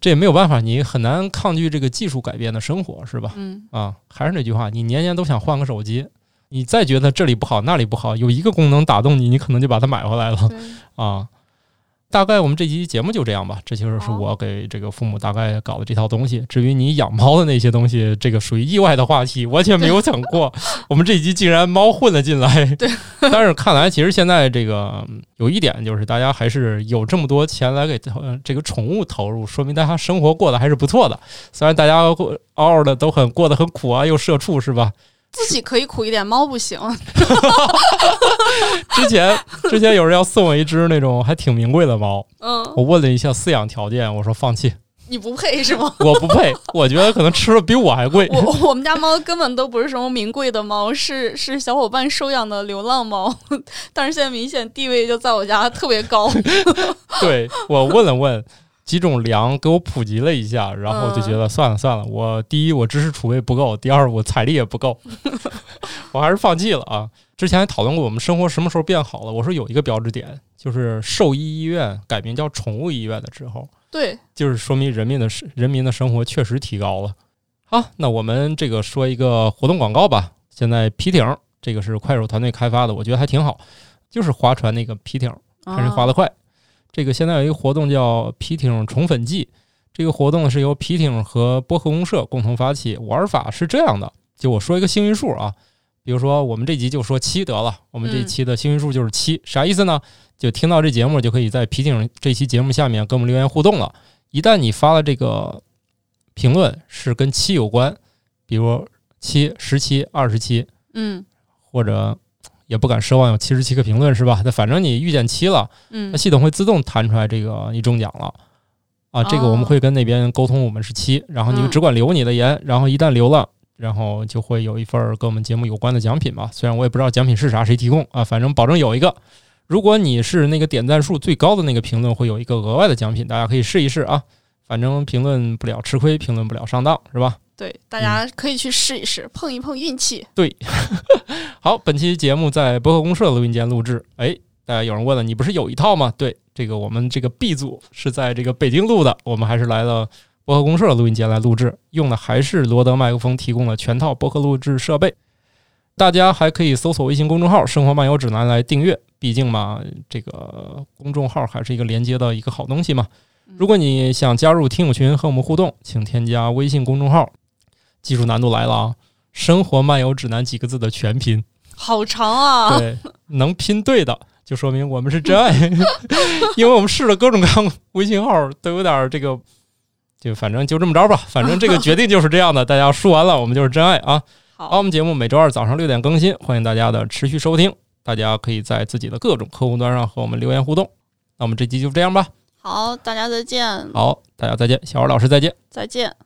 这也没有办法，你很难抗拒这个技术改变的生活，是吧？
嗯，
啊，还是那句话，你年年都想换个手机，你再觉得这里不好那里不好，有一个功能打动你，你可能就把它买回来了
对，
啊。大概我们这期节目就这样吧，这就是
好
我给这个父母大概搞的这套东西。至于你养猫的那些东西，这个属于意外的话题，完全没有想 过。我们这一集竟然猫混了进来，
对。
但是看来，其实现在这个嗯有一点就是，大家还是有这么多钱来给投呃这个宠物投入，说明大家生活过得还是不错的。虽然大家过嗷嗷的都很过得很苦啊，又社畜是吧？
自己可以苦一点，猫不行。
之前之前有人要送我一只那种还挺名贵的猫，
嗯，
我问了一下饲养条件，我说放弃，
你不配是吗？
我不配，我觉得可能吃的比我还贵。
我我们家猫根本都不是什么名贵的猫，是是小伙伴收养的流浪猫， 但是现在明显地位就在我家特别 高。
对我问了问几种粮，给我普及了一下，然后我就觉得算了算了，我第一我知识储备不够，第二我财力也不够， 我还是放弃了啊。之前还讨论过我们生活什么时候变好了，我说有一个标志点，就是兽医医院改名叫宠物医院的时候，
对，
就是说明人民的生人民的生活确实提高了。好，那我们这个说一个活动广告吧。现在皮艇这个是快手团队开发的，我觉得还挺好，就是划船那个皮艇。 看谁划得快。这个现在有一个活动叫皮艇宠粉季，这个活动是由皮艇和波克公社共同发起。玩法是这样的，就我说一个幸运数啊，比如说我们这集就说七得了，我们这一
嗯
期的幸运数就是七、啥意思呢？就听到这节目就可以在皮艇这期节目下面跟我们留言互动了。一旦你发了这个评论是跟七有关，比如七、十七、二十七，
嗯
或者也不敢奢望有七十七个评论是吧？那反正你遇见七了。
嗯
那系统会自动弹出来这个你中奖了。啊，这个我们会跟那边沟通，我们是七，然后你就只管留你的言，然后一旦留了，然后就会有一份儿跟我们节目有关的奖品吧。虽然我也不知道奖品是啥，谁提供啊，反正保证有一个。如果你是那个点赞数最高的那个评论，会有一个额外的奖品，大家可以试一试啊。反正评论不了吃亏，评论不了上当，是吧？
对，大家
嗯
可以去试一试，碰一碰运气。
好，本期节目在博客公社的录音间录制。哎，大家有人问了，你不是有一套吗？对，这个我们这个 B 组是在这个北京录的，我们还是来了博客公社的录音间来录制，用的还是罗德麦克风提供的全套博客录制设备。大家还可以搜索微信公众号“生活漫游指南”来订阅，毕竟嘛，这个公众号还是一个连接的一个好东西嘛。如果你想加入听友群和我们互动，请添加微信公众号，技术难度来了啊！“生活漫游指南”几个字的全拼。
好长啊，
对，能拼对的，就说明我们是真爱。因为我们试了各种各样的微信号，都有点儿这个，就反正就这么着吧。反正这个决定就是这样的，大家输完了，我们就是真爱啊。好，
好
我，们节目每周二早上六点更新，欢迎大家的持续收听。大家可以在自己的各种客户端上和我们留言互动。那我们这期就这样吧。
好，大家再见，
好，大家再见，小王老师再见。
再见。